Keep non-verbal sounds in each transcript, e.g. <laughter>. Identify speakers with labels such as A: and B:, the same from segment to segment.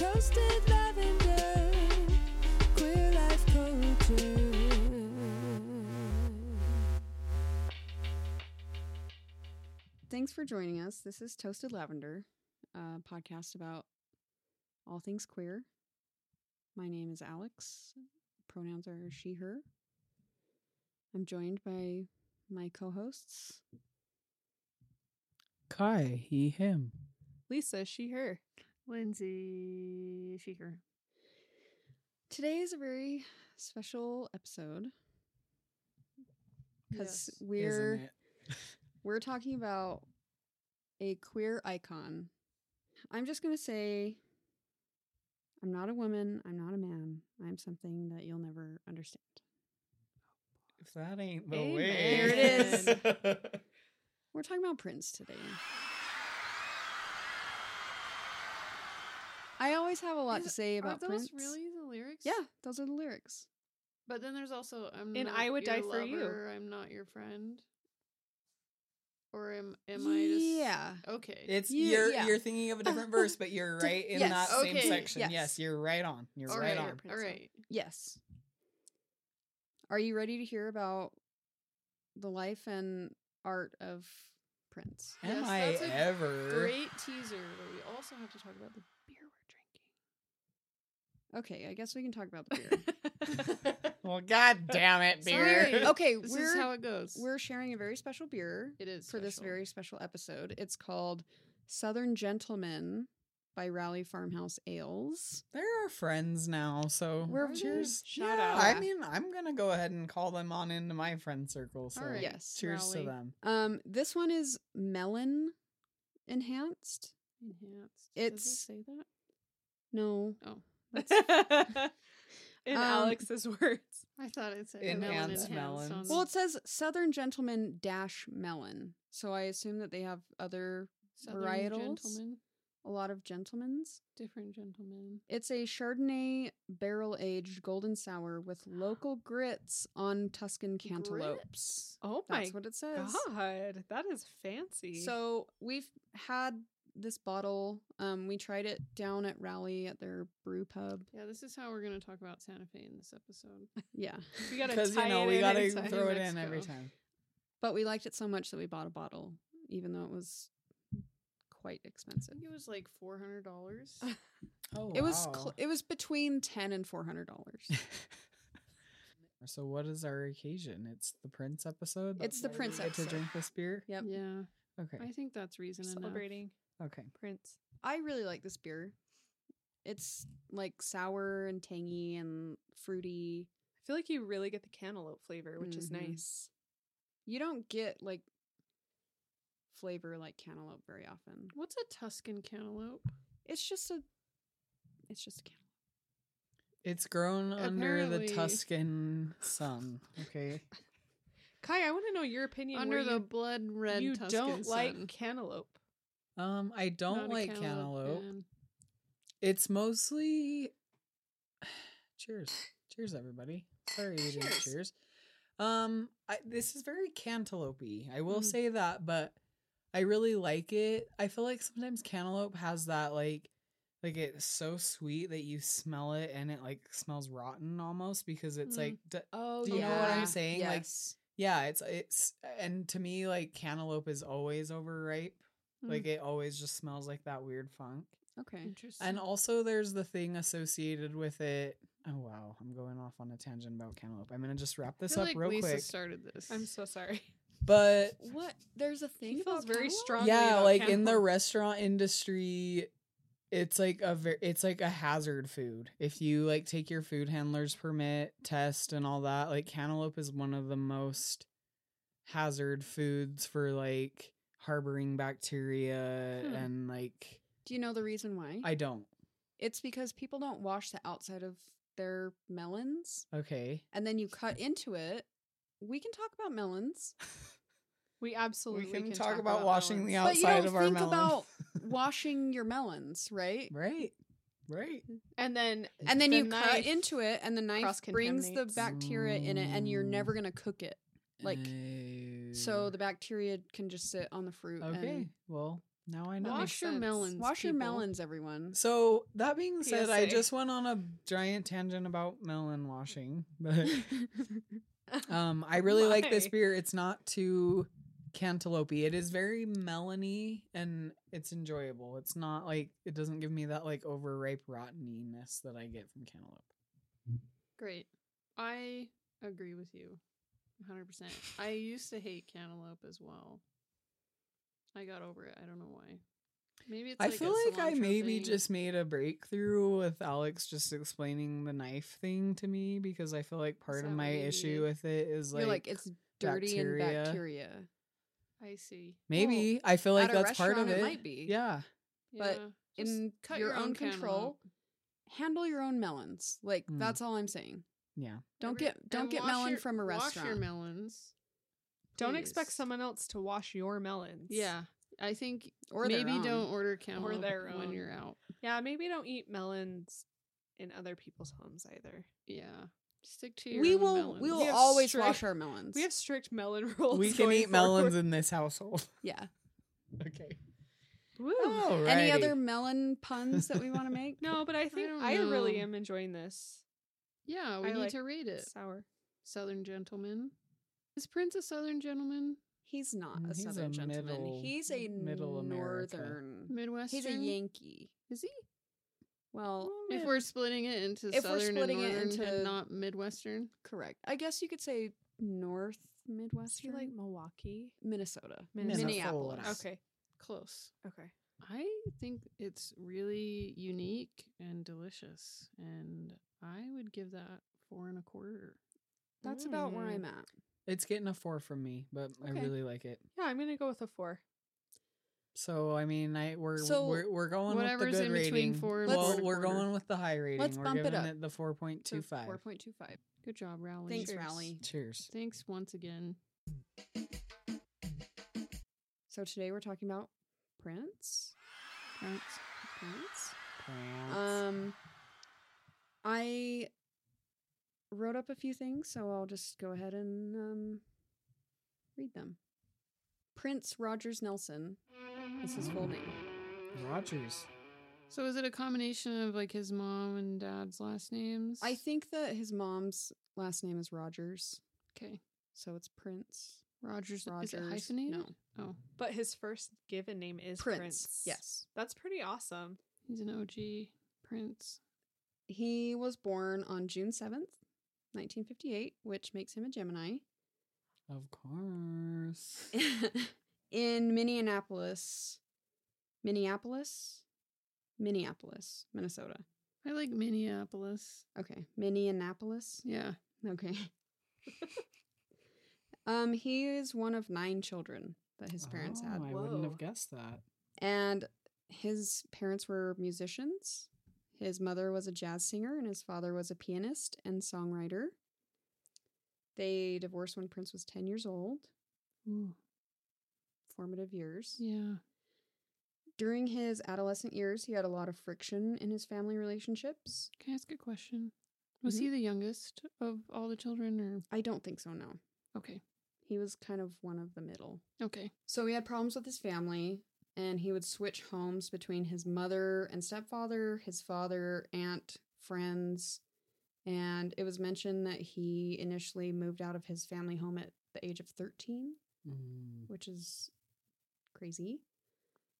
A: roasted lavender, queer life culture.
B: Thanks for joining us. This is Toasted Lavender, a podcast about all things queer. My name is Alex. Pronouns are she, her. I'm joined by my co hosts,
C: Kai, he, him.
B: Lisa, she, her.
D: Lindsay Sheeker.
B: Today is a very special episode because
D: Yes.
B: we're. We're talking about a queer icon. I'm just going to say I'm not a woman, I'm not a man. I'm something that you'll never understand.
C: If that ain't the
D: Amen.
C: way.
B: There
C: <laughs>
D: it
C: is.
B: We're talking about Prince today. I always have a lot to
D: Is-
B: say
D: Are
B: about
D: those
B: Prince.
D: really the lyrics?
B: Yeah, those are the lyrics.
D: But then there's also I'm
E: And
D: not
E: I would
D: your
E: die for you.
D: lover, I'm not your friend. Or am am I
B: Yeah.
D: just Okay.
C: It's
B: You-
C: you're
B: yeah.
C: you're thinking of a different verse, but you're right in
B: Yes.
C: that same
D: Okay.
C: section.
B: Yes.
C: Yes. you're right on. You're
D: all
C: right,
D: right.
C: on.
D: All right.
B: Yes. Are you ready to hear about the life and art of Prince?
C: Am
D: Yes,
C: I
D: that's a
C: ever?
D: Great teaser, but we also have to talk about the beer we're
B: Okay, I guess we can talk about the beer.
D: <laughs> drinking.
C: Well, god damn it, beer.
D: Sorry.
B: okay,
D: this
B: we're
D: is how it goes.
B: we're sharing a very special beer
D: it is
B: for this
D: special.
B: very special episode. It's called Southern Gentleman by Raleigh Farmhouse Ales.
C: They're our friends now, so
B: We're-
C: cheers.
E: Shout
C: Yeah,
E: out.
C: I mean, I'm gonna go ahead and call them on into my friend circle. So
D: All right.
B: Yes,
C: cheers
D: Raleigh.
C: to <laughs> them.
B: Um, this one is melon enhanced.
D: enhanced. Does
B: It's-
D: it say that?
B: No,
D: Oh.
B: <laughs> that's
E: In
B: Um,
E: Alex's words.
D: I thought it said
C: Enhanced
D: melon enhanced
C: melons.
D: on
B: well, it says Southern Gentleman dash melon. So I assume that they have other
D: Southern
B: varietals.
D: gentleman,
B: a lot of gentlemen's.
D: different gentleman.
B: It's a Chardonnay barrel aged golden sour with local grits on Tuscan cantaloupes.
E: Oh
B: That's
E: my
B: what it says.
E: god, that is fancy.
B: So we've had this bottle. Um, we tried it down at Raleigh at their brew pub.
D: Yeah, this is how we're going to talk about Santa Fe in this episode.
B: Yeah,
E: we gotta
C: Because you
E: tie
C: know
E: it
C: we
E: in
C: gotta
E: inside.
C: throw it in
D: Mexico.
C: every time.
B: but we liked it so much that we bought a bottle, even though it was quite
D: I
B: expensive.
D: think it was like four hundred dollars.
C: Oh,
B: It was
C: wow.
B: cl- it was between ten and four hundred dollars.
C: <laughs> so what is our occasion? It's the Prince episode.
B: It's the
C: why
B: Prince
C: we get
B: episode.
C: to drink this beer.
B: <laughs> Yep.
D: Yeah,
C: Okay.
D: I think that's reason enough.
E: Celebrating
C: Okay.
E: Prince.
B: I really like this beer. It's like sour and tangy and fruity.
E: I feel like you really get the cantaloupe flavor, which is
B: Mhm.
E: nice.
B: You don't get like flavor like cantaloupe very often.
D: What's a Tuscan cantaloupe?
B: It's just a it's just a cantaloupe.
C: It's grown under the
D: Apparently-
C: Tuscan sun. Okay.
E: Kai, I want to know your opinion.
D: Under
E: where
D: the
E: you-
D: blood red.
E: you
D: Tuscan
E: don't
D: sun.
E: like cantaloupe.
C: Um, I don't
D: Not a
C: like cantaloupe.
D: fan.
C: It's mostly <sighs> cheers. Cheers, everybody. Sorry we didn't
B: Cheers.
C: cheers. Um, I, this is very cantaloupe I will
D: Mhm.
C: say that, but I really like it. I feel like sometimes cantaloupe has that like like it's so sweet that you smell it and it like smells rotten almost because it's
D: Mm.
C: like d-
E: Oh,
C: Do you know what
B: yeah.
C: I'm saying? Like,
B: Yes.
C: yeah, it's it's and to me like cantaloupe is always overripe.
D: Mm.
C: Like it always just smells like that weird funk.
B: okay.
D: Interesting.
C: And also, there's the thing associated with it. Oh wow, I'm going off on a tangent about cantaloupe. I'm gonna just wrap
D: I
C: this
D: feel
C: up
D: like
C: real
D: Lisa
C: quick.
D: started this.
E: I'm so sorry.
C: but
B: What there's a thing
E: He
B: about
E: feels very
B: cantaloupe?
E: strongly
C: yeah,
E: about
C: like in the
E: cantaloupe.
C: restaurant industry, it's like a ver- it's like a hazard food. If you like take your food handler's permit test and all that, like cantaloupe is one of the most hazard foods for like harboring bacteria
D: Hmm.
C: and like
B: Do you know the reason why?
C: I don't.
B: it's because people don't wash the outside of their melons
C: Okay.
B: and then you cut into it. We can talk about melons.
E: We absolutely
C: We can talk about washing the
B: But
E: melons.
B: you
C: outside
B: don't
C: of our
B: think
C: melon. <laughs>
B: about washing your melons, right?
C: Right. Right.
E: And then
B: And then
E: The
B: you cut
E: knife
B: into it, and the knife brings the
E: cross-contaminates.
B: bacteria in it, and you're
C: Mm.
B: never gonna cook it. Like, so
C: Oh.
B: the bacteria can just sit on the fruit.
C: okay,
B: And
C: well, Now I know.
E: makes
D: Wash your
B: sense.
D: melons.
E: Wash your
D: people.
E: melons, everyone.
C: So that being said, I
B: PSA.
C: just went on a giant tangent about melon washing, <laughs> but um, I really like this
B: My.
C: beer. It's not too cantaloupe. It is very melony and it's enjoyable. It's not like it doesn't give me that like overripe rotteniness that I get from cantaloupe.
D: Great. I agree with you 100%. I used to hate cantaloupe as well. I got over it. I don't know why. Maybe it's
C: I
D: like a
C: feel like I
D: cilantro
C: maybe
D: thing.
C: just made a breakthrough with Alex just explaining the knife thing to me because I feel like part
D: that
C: of
D: what
C: my
D: you
C: issue
D: needed?
C: with it is like,
E: You're like it's dirty
C: bacteria.
E: and bacteria.
D: I see.
C: maybe I feel like
E: at a
C: that's part of
E: restaurant
C: it.
E: it might be.
C: Yeah.
E: But
D: Yeah, just
E: In
D: cut
E: your,
D: your
E: own,
D: own
E: control,
D: cantaloupe.
E: handle your own melons. Like
C: Mm.
E: that's all I'm saying. <laughs>
C: Yeah.
E: Don't
D: every-
E: get don't
D: and
E: get
D: wash
E: melon
D: your-
E: from a
D: Wash your
E: restaurant.
D: melons.
B: Don't expect
D: please.
B: someone else to wash your melons.
D: Yeah. I think
E: Or their
D: maybe
E: own.
D: don't order cantaloupe
B: their
D: when
B: own.
D: you're out.
B: Yeah, maybe don't eat melons in other people's homes either.
D: Yeah. Stick to your
E: We
D: own
E: will
D: melons.
E: we will
B: We have
E: always
B: straight-
E: wash our melons.
B: We have strict melon <laughs> rules.
C: we can
B: going
C: eat melons
B: forward.
C: in this household. <laughs>
E: yeah. <laughs>
C: okay.
B: Woo.
E: Any other
C: Alrighty.
E: melon puns that we <laughs> want to make?
B: Oh, No, but I think
D: don't
B: I, really
D: know. Uh,
B: am enjoying this.
D: Yeah, we
B: I
D: need
B: like
D: to read it.
B: Sour.
D: Southern gentleman. Is Prince a Southern gentleman?
E: He's not
C: Mm,
E: a
C: he's
E: southern
C: a
E: gentleman.
C: middle-
E: he's a
C: middle America.
E: northern.
D: Midwestern.
E: He's a Yankee.
D: Is he?
E: Well,
D: If we're splitting it into
E: If we're
D: Southern
E: splitting it
D: and Northern
E: into-
D: and not Midwestern,
E: correct. I guess you could say north
B: Is
E: Midwestern,
B: he like Milwaukee?
E: Minnesota,
B: Minnesota.
E: Minneapolis.
B: Okay.
D: close.
B: Okay.
D: I think it's really unique and delicious, and I would give that four and a quarter.
E: That's about where I'm at.
C: It's getting a four from me, but I
E: Okay.
C: really like it.
B: Yeah, I'm gonna go with a four.
C: So I mean, I we're
E: So,
C: we're, we're going with the
D: whatever's
C: good
D: in between
C: rating.
D: four and
C: well,
E: four and a
C: we're
D: quarter.
C: going with the high rating.
E: Let's
C: we're
E: bump it
C: giving
E: up
C: it the four point two five.
E: Four point two five.
D: Good job, Rowley.
E: Thanks,
D: Cheers.
E: Rowley.
C: Cheers.
D: Thanks once again.
E: So today we're talking about Prince. Prince. Prince.
C: Plants.
E: Um, I wrote up a few things, so I'll just go ahead and um, read them. Prince Rogers Nelson is his full name. Um,
C: Rogers.
D: So, is it a combination of like his mom and dad's last names?
E: I think that his mom's last name is Rogers,
D: Okay.
E: so it's Prince.
D: Rogers.
E: Rogers.
D: Is it hyphenated?
E: No.
D: Oh,
B: <gasps> But his first given name is
E: Prince.
B: Prince.
E: Yes.
B: That's pretty awesome.
D: he's an OG prince.
E: He was born on June 7th, 1958, which makes him a <laughs> Gemini.
C: Of course.
E: in Minneapolis, Minneapolis, Minneapolis, Minnesota.
D: I like Minneapolis.
E: Okay, Minneapolis. <laughs>
D: Yeah.
E: Okay.
B: <laughs>
E: um, he is one of nine children that his parents
C: Oh,
E: had,
C: I wouldn't
B: Whoa.
C: have guessed that.
E: and his parents were musicians. His mother was a jazz singer, and his father was a pianist and songwriter. They divorced when Prince was ten years old,
D: Ooh.
E: formative years.
D: Yeah.
E: During his adolescent years, he had a lot of friction in his family relationships.
D: Can I ask a question? Was
E: Mhm.
D: he the youngest of all the children or
E: I don't think so. No,
D: okay.
E: he was kind of one of the middle.
D: Okay.
E: So he had problems with his family, and he would switch homes between his mother and stepfather, his father, aunt, friends. And it was mentioned that he initially moved out of his family home at the age of 13,
C: Mm.
E: which is crazy.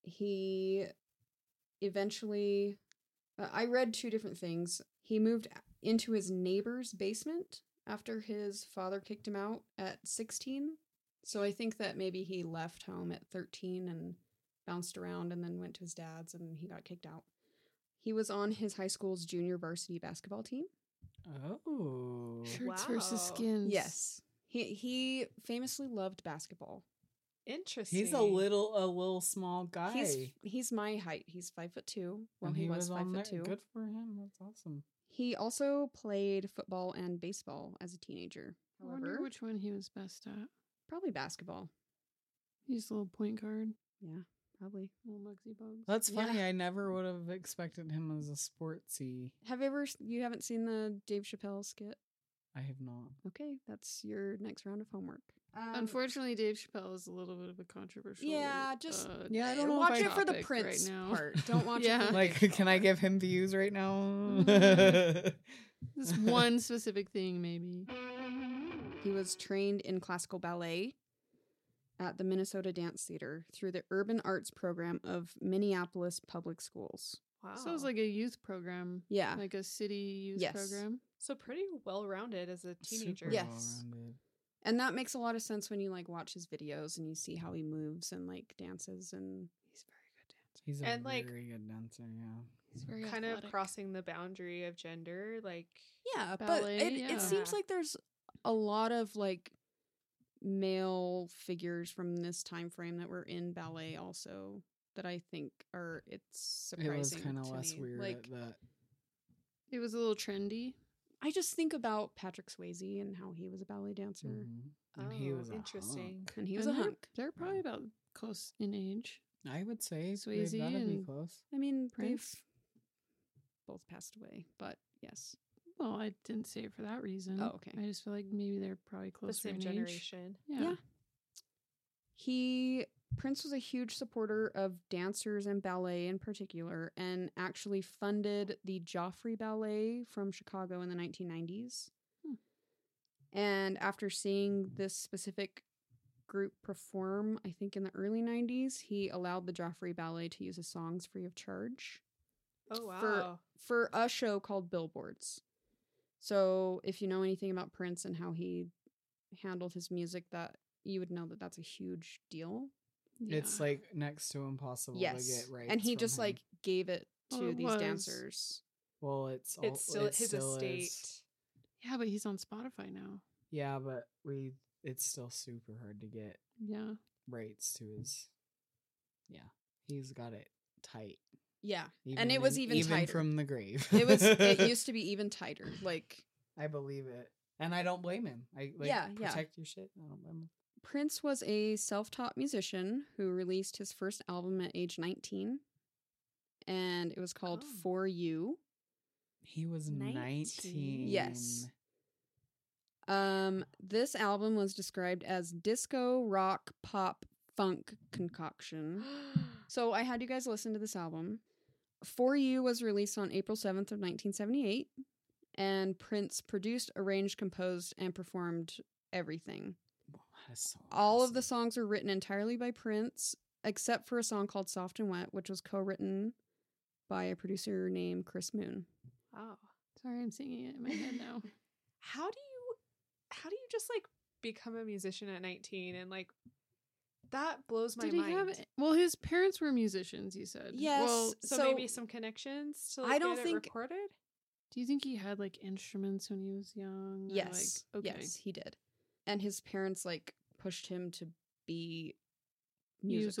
E: He eventually, uh, I read two different things. He moved into his neighbor's basement after his father kicked him out at 16. So I think that maybe he left home at 13 and bounced around and then went to his dad's and he got kicked out. He was on his high school's junior varsity basketball team.
C: Oh.
D: Shirts versus
B: Wow.
D: skins.
E: He he famously loved basketball.
B: Interesting.
C: He's a little a little small guy.
E: He's he's my height. He's five foot two. Well,
C: And
E: he, was, five
C: on
E: foot
C: there.
E: two.
C: Good for him. That's awesome.
E: He also played football and baseball as a teenager.
D: I wonder
E: However,
D: which one he was best at.
E: probably basketball.
D: He's a little point guard.
E: Yeah, probably.
D: Little Mugsy Bugs.
C: That's
E: Yeah.
C: funny. I never would have expected him as a sportsy.
E: Have you ever? s- You haven't seen the Dave Chappelle skit?
C: I have
E: <laughs>
C: not.
E: Okay, that's your next round of homework.
F: Um,
D: Unfortunately, Dave Chappelle is a little bit of a controversial.
F: yeah, just
D: uh,
C: Yeah, I don't
F: uh,
C: know if
F: watch
C: I-
F: it for the
D: topic right
F: prince
D: now.
C: <laughs>
F: part. Don't watch it.
D: Yeah.
F: For the
C: Like,
F: prince
C: can I
F: part.
C: give him views right now?
E: Mm.
D: Mhm. this one specific thing, maybe.
E: He was trained in classical ballet at the Minnesota Dance Theater through the Urban Arts Program of Minneapolis Public Schools.
B: Wow.
D: So it's like a youth program,
E: Oh. Yeah.
D: like a city youth
E: Yes.
D: program.
B: so pretty well rounded as a teenager.
C: <laughs> Super
E: Yeah.
C: well-rounded.
E: And that makes a lot of sense when you like watch his videos and you see how he moves and like dances and
D: He's very good dancer.
C: He's a
B: And, like,
C: very good dancer. Yeah.
D: He's very
B: Kind
D: athletic.
B: of crossing the boundary of gender, like
E: yeah,
D: Ballet,
E: but it,
D: yeah.
E: it seems like there's a lot of like male figures from this time frame that were in ballet also that I think are it's surprising.
C: It was kind of
E: to
C: less
E: me.
C: weird
E: Like
C: at that.
D: It was a little trendy.
E: I just think about Patrick Swayze and how he was a ballet dancer.
C: Mhm. And he
B: Oh,
C: was a
B: interesting.
C: hunk.
E: And he was
D: And
E: a
D: they're-
E: hunk.
D: They're probably about close in age.
C: I would say Swayze
D: Swayze
C: they've gotta be
D: and-
C: close.
E: I mean,
D: Prince?
E: they've both passed away, but yes.
D: Well, I didn't say it for that reason.
E: Oh, okay.
D: I just feel like maybe they're probably
B: the
D: closer
B: same
D: in age.
B: generation.
D: Yeah.
E: Yeah. He Prince was a huge supporter of dancers and ballet in particular and actually funded the Joffrey Ballet from Chicago in the 1990s.
D: Hmm.
E: And after seeing this specific group perform, I think in the early 90s, he allowed the Joffrey Ballet to use his songs free of charge.
B: Oh wow.
E: For- for a show called Billboards. So if you know anything about Prince and how he handled his music, that you would know that that's a huge deal.
C: It's
D: Yeah.
C: like next to impossible to
E: yes,
C: Oh, get right.
E: and he just like gave it
D: Well,
E: to
D: it
E: these
D: was.
E: dancers.
C: well, it's all,
B: it's still
C: it
B: his
C: still
B: estate.
C: is.
D: yeah, but he's on Spotify now.
C: Yeah, but we it's still super hard to get
D: Yeah.
C: <gasps> rights to his. Yeah, he's got it tight.
E: Yeah, And it was
C: in-
E: even tighter.
C: from the grave.
E: it was. it used to be even tighter. Like
C: <laughs> I believe it, and I don't blame him. I like,
E: Yeah, yeah.
C: protect your shit. I don't blame him.
E: Prince was a self-taught musician who released his first album at age 19, and it was called
B: Oh.
E: For You.
C: He was nineteen.
B: Nineteen.
E: Yes. Um, this album was described as disco, rock, pop, funk concoction. So I had you guys listen to this album. For You was released on April 7th of 1978, and Prince produced, arranged, composed, and performed everything.
C: Wow, that is so
E: All of the
C: impressive.
E: songs were written entirely by Prince, except for a song called Soft and Wet, which was co-written by a producer named Chris Moon.
B: Wow.
D: Sorry, I'm singing it in my head now.
B: <laughs> How do you how do you just like become a musician at 19 and like that blows my
D: Did he
B: mind.
D: have? Well, his parents were musicians. You said.
E: Yes.
D: Well,
B: so,
E: So-
B: maybe some connections to
E: I
B: like,
E: don't
B: get it
E: think-
B: recorded?
D: do you think he had like instruments when he was young? or,
E: Yes.
D: Like, okay.
E: Yes, he did. And his parents like pushed him to be musical.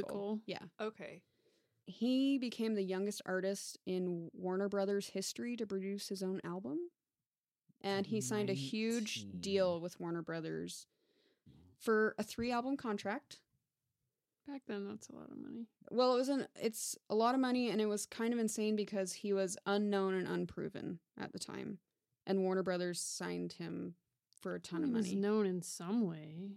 D: Musical.
E: Yeah.
B: Okay.
E: He became the youngest artist in Warner Brothers history to produce his own album. And he signed a huge
C: 19.
E: deal with Warner Brothers for a three album contract.
D: Back then, that's a lot of money.
E: Well, it was an it's a lot of money and it was kind of insane because he was unknown and unproven at the time. And Warner Brothers signed him for a ton of
D: He was
E: money.
D: known in some way.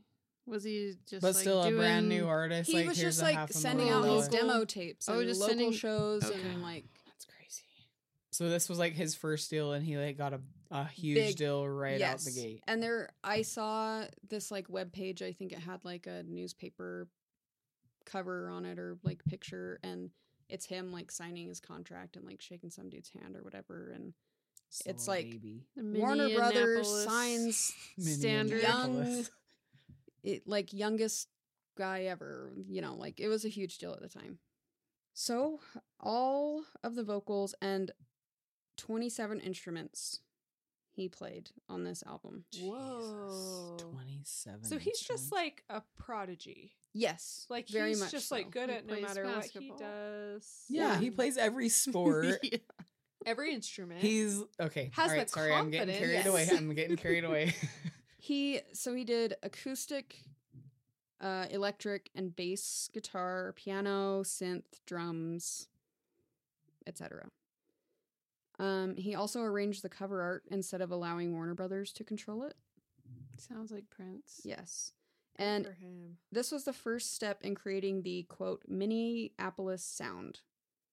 D: Was he just?
C: but
D: like,
C: still a brand
D: doing-
C: new artist.
E: he
C: like,
E: was
C: here's
E: just
C: a
E: like
C: half a
E: sending
C: million
E: out his
C: dollar-
E: demo tapes and
D: Oh, just
E: local
D: sending-
E: shows
D: Okay.
E: and like
C: That's crazy. So this was like his first deal, and he like got a a huge
E: Big-
C: deal right out the
E: yes.
C: gate.
E: And there, I saw this like web page. I think it had like a newspaper cover on it or like picture, and it's him like signing his contract and like shaking some dude's hand or whatever. And
C: Still
E: it's
C: a
E: like
C: baby.
D: The
E: Warner Brothers
D: Minneapolis-
C: <laughs>
E: signs
D: standard-
C: Minneapolis.
E: <laughs> it like youngest guy ever you know like it was a huge deal at the time so all of the vocals and 27 instruments he played on this album
B: Whoa.
C: Twenty-seven.
B: So he's just
C: instruments.
B: like a prodigy.
E: yes
B: Like
E: very
B: he's
E: much
B: just
E: so.
B: like good
D: He
B: at no
D: plays
B: matter
D: basketball.
B: what he does.
C: yeah, he
B: and
C: plays every
E: <laughs>
C: sport.
D: Yeah.
B: every instrument.
C: He's okay.
B: Has
C: all right,
B: the
C: sorry, I'm getting carried
B: confidence.
C: away. I'm getting carried away. <laughs>
E: he so he did acoustic uh electric and bass guitar piano synth drums etc Um, he also arranged the cover art instead of allowing Warner Brothers to control it.
D: Sounds like Prince.
E: Yes. And
B: for him.
E: this was the first step in creating the quote Minneapolis sound.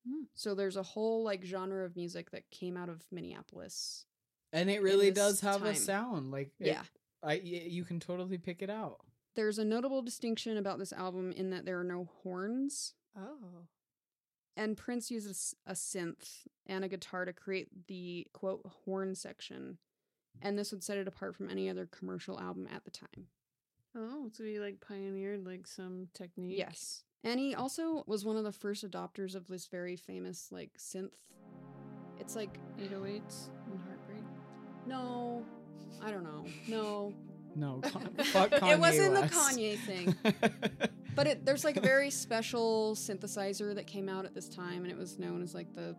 D: Hmm.
E: So there's a whole like genre of music that came out of Minneapolis.
C: And it really
E: this
C: does have
E: time.
C: a sound. Like it-
E: Yeah.
C: I y- you can totally pick it out.
E: There's a notable distinction about this album in that there are no horns,
B: Oh.
E: and Prince uses a synth and a guitar to create the quote horn section. And this would set it apart from any other commercial album at the time.
D: Oh, so he like pioneered like some technique.
E: Yes. And he also was one of the first adopters of this very famous like synth. It's like
D: 808s and oh heartbreak.
E: no, I don't know. No. <laughs>
C: No, con- fuck Kanye
E: it wasn't
C: West.
E: the Kanye thing.
C: <laughs>
E: But it, there's like a very special synthesizer that came out at this time, and it was known as like the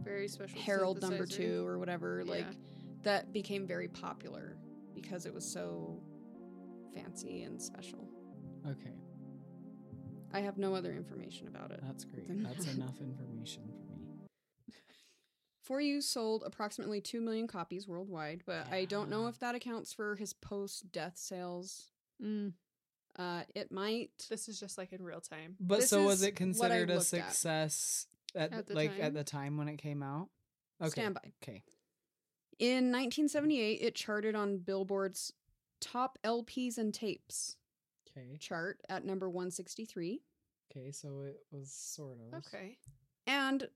D: Very special.
E: Herald number
D: synthesizer.
E: two or whatever.
D: Yeah.
E: Like that became very popular because it was so fancy and special.
C: okay,
E: I have no other information about it.
C: that's great.
E: Then-
C: That's enough information for me.
E: For You sold approximately 2 million copies worldwide, but I don't know
C: Yeah.
E: if that accounts for his post death sales.
D: Mm.
E: Uh, it might.
B: This is just like in real time.
C: But
E: This
C: so was
E: is what I
C: it considered a
E: looked at.
C: success at,
D: At
C: the,
D: the
C: like
D: time?
C: at the time when it came out? Okay.
E: Stand by.
C: Okay.
E: In 1978, it charted on Billboard's Top LPs and Tapes
C: Okay.
E: chart at number 163.
C: Okay, so it was sort of.
B: Okay.
E: And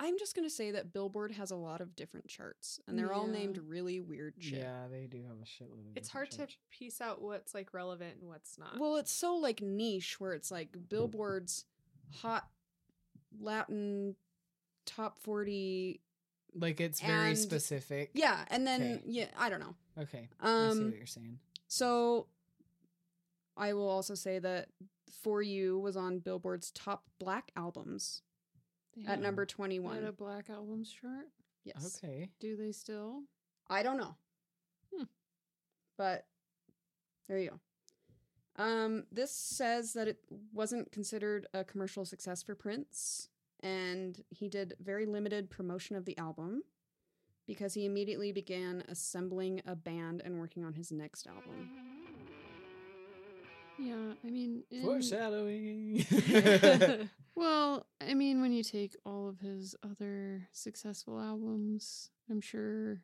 E: I'm just going to say that Billboard has a lot of different charts, and they're all
D: Yeah.
E: named really weird shit.
C: Yeah, they do have a shitload of
B: It's
C: different
B: hard to
C: charts.
B: piece out what's like relevant and what's not.
E: Well, it's so like niche where it's like
C: <laughs>
E: Billboard's hot Latin top 40.
C: like it's very
E: and-
C: specific.
E: Yeah, and then
C: Okay.
E: yeah, I don't know.
C: Okay. I see
E: Um
C: what you're saying.
E: so I will also say that For You was on Billboard's top black albums
D: They
E: at
D: had-
E: number
D: they had
E: 21.
D: a black albums chart.
E: yes.
C: Okay.
D: Do they still?
E: I don't know.
D: Hmm.
E: But there you go. Um, this says that it wasn't considered a commercial success for Prince, and he did very limited promotion of the album because he immediately began assembling a band and working on his next album.
B: Mm-hmm.
D: Yeah, I mean, in-
C: Foreshadowing. <laughs>
D: well, I mean, when you take all of his other successful albums, I'm sure,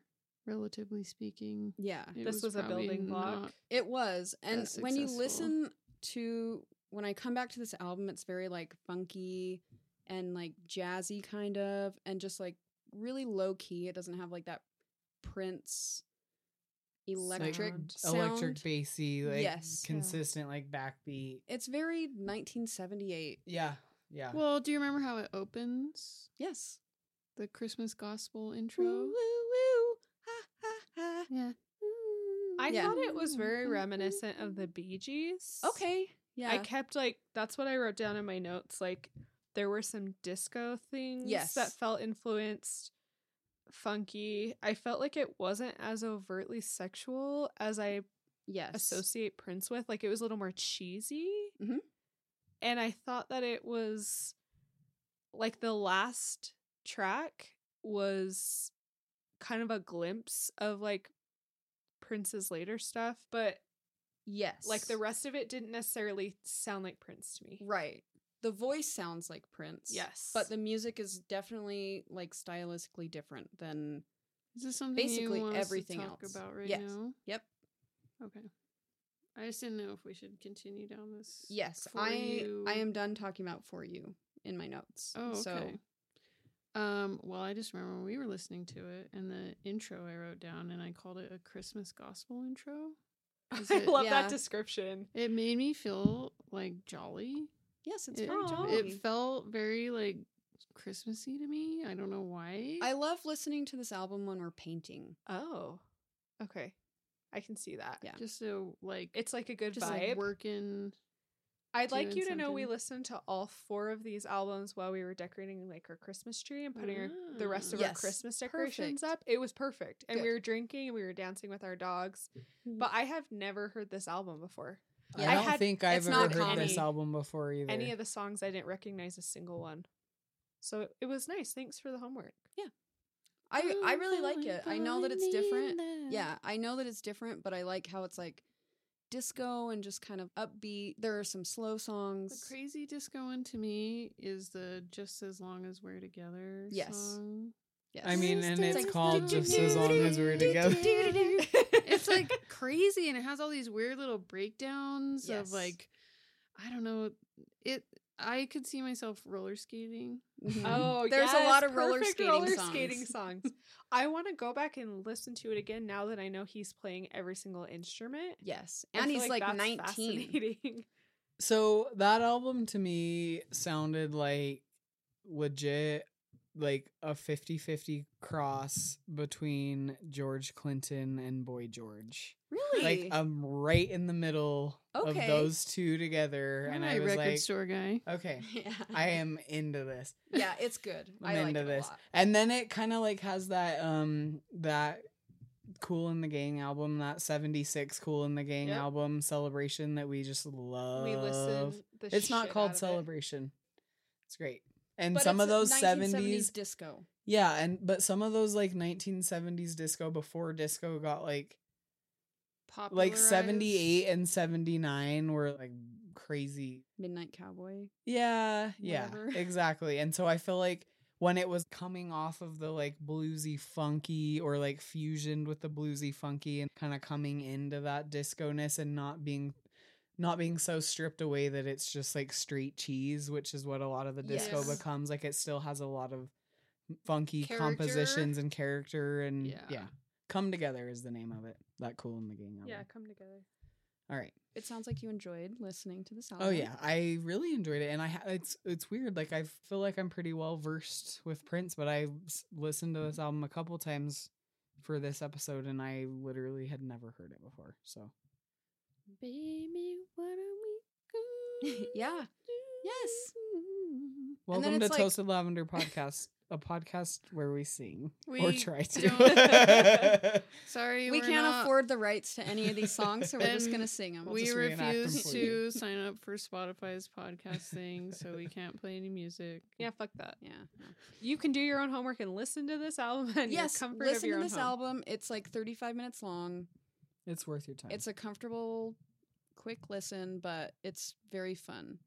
D: relatively speaking,
E: Yeah.
D: it
B: this was, a
D: probably
B: building block.
D: not-
E: It was. And
D: That's
E: when you
D: successful.
E: listen to when I come back to this album, it's very like funky and like jazzy kind of and just like really low key. It doesn't have like that Prince <laughs> electric
B: Sound.
E: sound.
C: Electric bassy, like
E: Yes. Yeah.
C: consistent, like backbeat.
E: It's very 1978.
C: Yeah. Yeah.
D: Well, do you remember how it opens?
E: Yes.
D: The Christmas gospel
E: Woo,
D: intro.
E: woo, woo. Ha, ha, ha.
D: Yeah.
B: I
E: Yeah. Mm-hmm.
B: thought it was very reminiscent of the Bee Gees.
E: Okay. Yeah.
B: I kept like that's what I wrote down in my notes. Like there were some disco things that
E: Yes.
B: felt influenced funky. I felt like it wasn't as overtly sexual as I
E: yes.
B: associate Prince with. Like it was a little more cheesy.
E: Mhm.
B: And I thought that it was like the last track was kind of a glimpse of like Prince's later stuff, but
E: yes.
B: like the rest of it didn't necessarily sound like Prince to me.
E: Right. The voice sounds like Prince.
B: Yes.
E: But the music is definitely like stylistically different than
D: Is this something
E: basically
D: you want
E: everything
D: us to talk
E: else.
D: about right
E: Yes.
D: now?
E: Yep.
D: Okay. I just didn't know if we should continue down this.
E: Yes,
D: For
E: I
D: You-
E: I
B: Mm.
E: am done talking about for you in my notes.
D: Oh, okay.
E: So
D: um, well, I just remember when we were listening to it and the intro I wrote down, and I called it a Christmas gospel
E: <laughs>
D: intro.
B: <laughs>
D: Is
B: I
D: it-
B: love
E: Yeah.
B: that description.
D: It made me feel like jolly.
E: yes, it's
D: it,
E: very
B: Aw.
E: jolly.
D: it felt very like Christmassy to me. I don't know why.
E: I love listening to this album when we're painting.
B: Oh. Okay. I can see that.
E: Yeah.
D: just so like
B: It's like a good
D: just
B: vibe.
D: like working.
B: I'd like
D: doing
B: you to know we
D: something.
B: listened to all four of these albums while we were decorating like our Christmas tree and putting our, the rest of our
E: Mm. Yes.
B: Christmas decorations
E: Perfect.
B: up. It was perfect. And we
E: Good. Mm.
B: were drinking and we were dancing with our dogs. But I have never heard this album before.
C: I
B: I
C: don't
B: had-
C: think I've
E: it's
C: ever
E: not
C: heard this
B: common.
C: album before either.
B: Any of the songs I didn't recognize a single one.
E: So it, it was nice. Thanks for the homework.
B: I I really like it. I know that it's different. Yeah, I know that it's different, but I like how it's like disco and just kind of upbeat. There are some slow
D: The
B: songs.
D: crazy disco one to me is the "Just as long as we're together."
B: Yes.
D: song.
B: Yes.
C: I mean, and it's
B: like-
C: called just as long as we're together.
B: <laughs>
D: it's like crazy and it has all these weird little breakdowns
B: Yes.
D: of like i don't know it i could see myself roller skating
B: Mhm.
E: Oh,
B: There's a lot
E: yes,
B: of roller
E: perfect
B: skating
E: roller
B: songs.
E: skating songs. I want to go back and listen to it again now that I know he's playing every single instrument.
B: Yes,
E: I
B: and
E: feel
B: he's like,
E: that's
B: 19.
E: fascinating.
C: So that album to me sounded like legit like a 50-50 cross between George Clinton and Boy George. Like
B: Really?
C: I'm right in the middle
B: Okay.
C: of those two together
D: i'm
C: and
D: not
C: I
D: a
C: was
D: record
C: like
D: store guy
B: <laughs>
C: okay,
B: yeah.
C: I am into this.
B: yeah, it's good.
C: I'm
B: I like
C: into
B: it
C: this.
B: a lot.
C: And then it kind of like has that um that Cool in the Gang album, that 76 Cool in the Gang
E: Yep.
C: album celebration that we just love.
E: we listen. The
C: It's not
E: shit out
C: called
E: of it.
C: Celebration. It's great. And
B: But
C: some
B: it's
C: of those
B: 1970s
C: 70s
B: disco.
C: Yeah, and but some of those like 1970s disco before disco got like like 78 and 79 were like crazy
B: Midnight Cowboy.
C: yeah, yeah,
B: Whatever.
C: exactly. And so I feel like when it was coming off of the like bluesy funky or like fusioned with the bluesy funky and kind of coming into that disco-ness and not being not being so stripped away that it's just like straight cheese, which is what a lot of the disco
D: Yes.
C: becomes. Like it still has a lot of funky
D: Character.
C: compositions and character and yeah.
D: Yeah.
C: Come Together is the name of it. That cool in the game.
E: Yeah,
C: album.
E: come together.
C: All right.
B: It sounds like you enjoyed listening to this album.
C: Oh yeah, I really enjoyed it, and I ha- it's it's weird. Like I feel like I'm pretty well versed with Prince, but I s- listened to
B: Mm-hmm.
C: this album a couple times for this episode, and I literally had never heard it before. So
D: baby what are we gonna
B: yeah.
D: do?
B: Yes. And then
C: welcome to
B: it's like-
C: Toasted Lavender Podcast, a podcast where
B: <laughs>
C: we sing
D: we
C: or <laughs> try to. <laughs>
D: don't- sorry
B: We
D: we're
B: can't
D: not-
B: afford the rights to any of these songs, so we're just
D: And
B: gonna sing them.
C: We'll
D: we
C: just reenact 'em
D: refuse
C: for
D: to
C: you.
D: <laughs> sign up for spotify's podcast thing so we can't play any music
E: Yeah, fuck that.
B: yeah. no.
E: You can do your own homework and listen to this album <laughs> and
B: Yes,
E: comfort of
B: listen
E: your
B: to
E: own
B: this
E: home. <laughs>
B: album. It's like 35 minutes long.
C: it's worth your time.
B: It's a comfortable, quick listen, but it's very fun.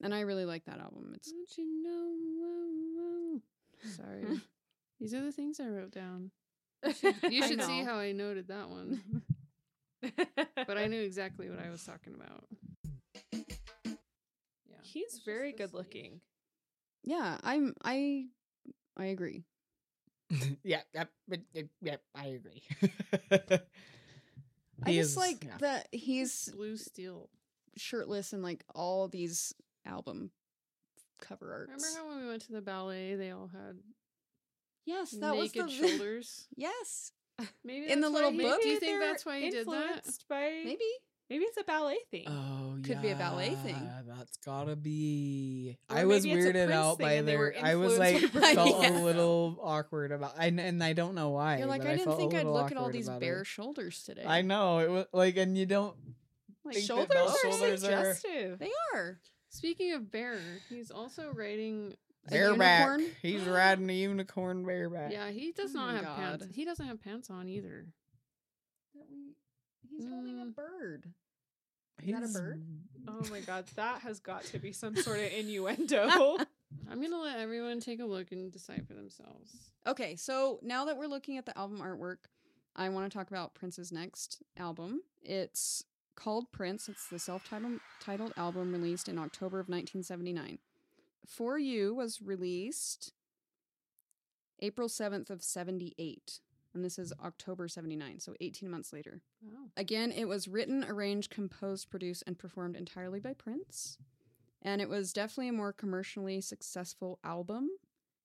B: And I really like that album. It's
D: Don't you know? whoa, whoa. Sorry. These are the things I wrote down. You
B: I
D: should see
B: know.
D: how I noted that one. But I knew exactly what I was talking about. Yeah.
E: <laughs> He's very good looking.
B: yeah, I'm I I agree.
C: <laughs> yeah, yep, but- yep, yep, I agree.
B: I
C: <laughs> He
B: just
C: is-
B: like
C: yeah.
B: that he's
D: Blue steel.
B: shirtless in like all these album cover arts.
D: Remember how when we went to the ballet, they all had
B: yes, that
D: naked
B: was the <laughs>
D: shoulders?
E: <laughs>
B: Yes,
D: Maybe
B: In the
D: that's why
B: little
D: he-
B: book?
D: Do you
E: Maybe
D: think
E: they're
D: that's why he did that?
E: influenced By
B: maybe.
E: maybe it's a ballet thing.
C: Oh,
B: Could be a ballet thing.
C: yeah, That's gotta be.
E: Or
C: I was
E: maybe it's a
C: weirded
E: Prince
C: out
E: thing
C: by
E: and they were
C: their. I was like
E: influenced
B: <laughs>
E: by
C: felt
B: Prince.
C: a little awkward about. I, and I don't know why.
B: You're like,
C: but
B: I didn't
C: felt a
B: think I'd
C: little
B: look at all
C: awkward
B: these
C: about
B: bare
C: it.
B: shoulders today.
C: I know it was like, and you don't.
E: Like
C: think that
E: shoulders,
C: bell
E: are
C: shoulders
B: <laughs>
C: are-
E: suggestive.
B: They are.
D: Speaking of bear, he's also writing.
B: A
C: Bareback.
B: unicorn? <gasps>
C: He's riding a unicorn bareback.
D: Yeah, he does
B: Oh
D: not
B: my
D: have pants.
B: God.
D: He doesn't have pants on either.
B: He's holding a
D: Mm.
B: bird.
C: He's,
B: that a bird?
E: Oh my god, that has got to be some sort of innuendo.
D: I'm gonna let everyone take a look and decide for themselves.
B: Okay, so now that we're looking at the album artwork, I want to talk about Prince's next album. It's called Prince. It's the self-titled titled album released in October of 1979. For You was released April 7th of 78, and this is October 79, so 18 months later.
D: Wow.
B: Again, it was written, arranged, composed, produced, and performed entirely by Prince. And it was definitely a more commercially successful album.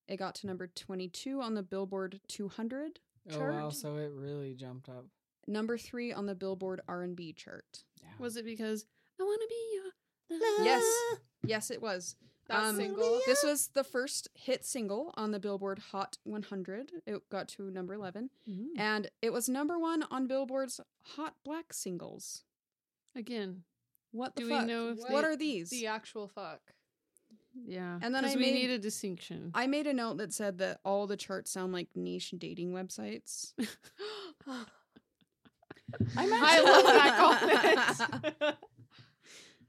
B: It got to number 22 on the Billboard 200
C: Oh
B: chart,
C: wow! So it really jumped up.
B: number 3 on the Billboard R&B chart.
C: Yeah.
D: Was it because I want to be your lover?
B: Yes. Yes, it was.
E: That
B: Um,
E: single.
B: This was the first hit single on the Billboard Hot 100. It got to number 11
D: Mhm.
B: and it was number 1 on Billboard's Hot Black Singles.
D: Again,
B: What the
D: do we
B: fuck?
D: know if
B: what
D: they-
B: are these?
E: the actual fuck.
D: Yeah.
B: And then
D: 'cause
B: I
D: we
B: made-
D: need a distinction. <gasps>
B: I made a note that said that all the charts sound like niche dating websites.
D: <laughs>
C: I'm
D: I
B: <laughs>
D: love that comment.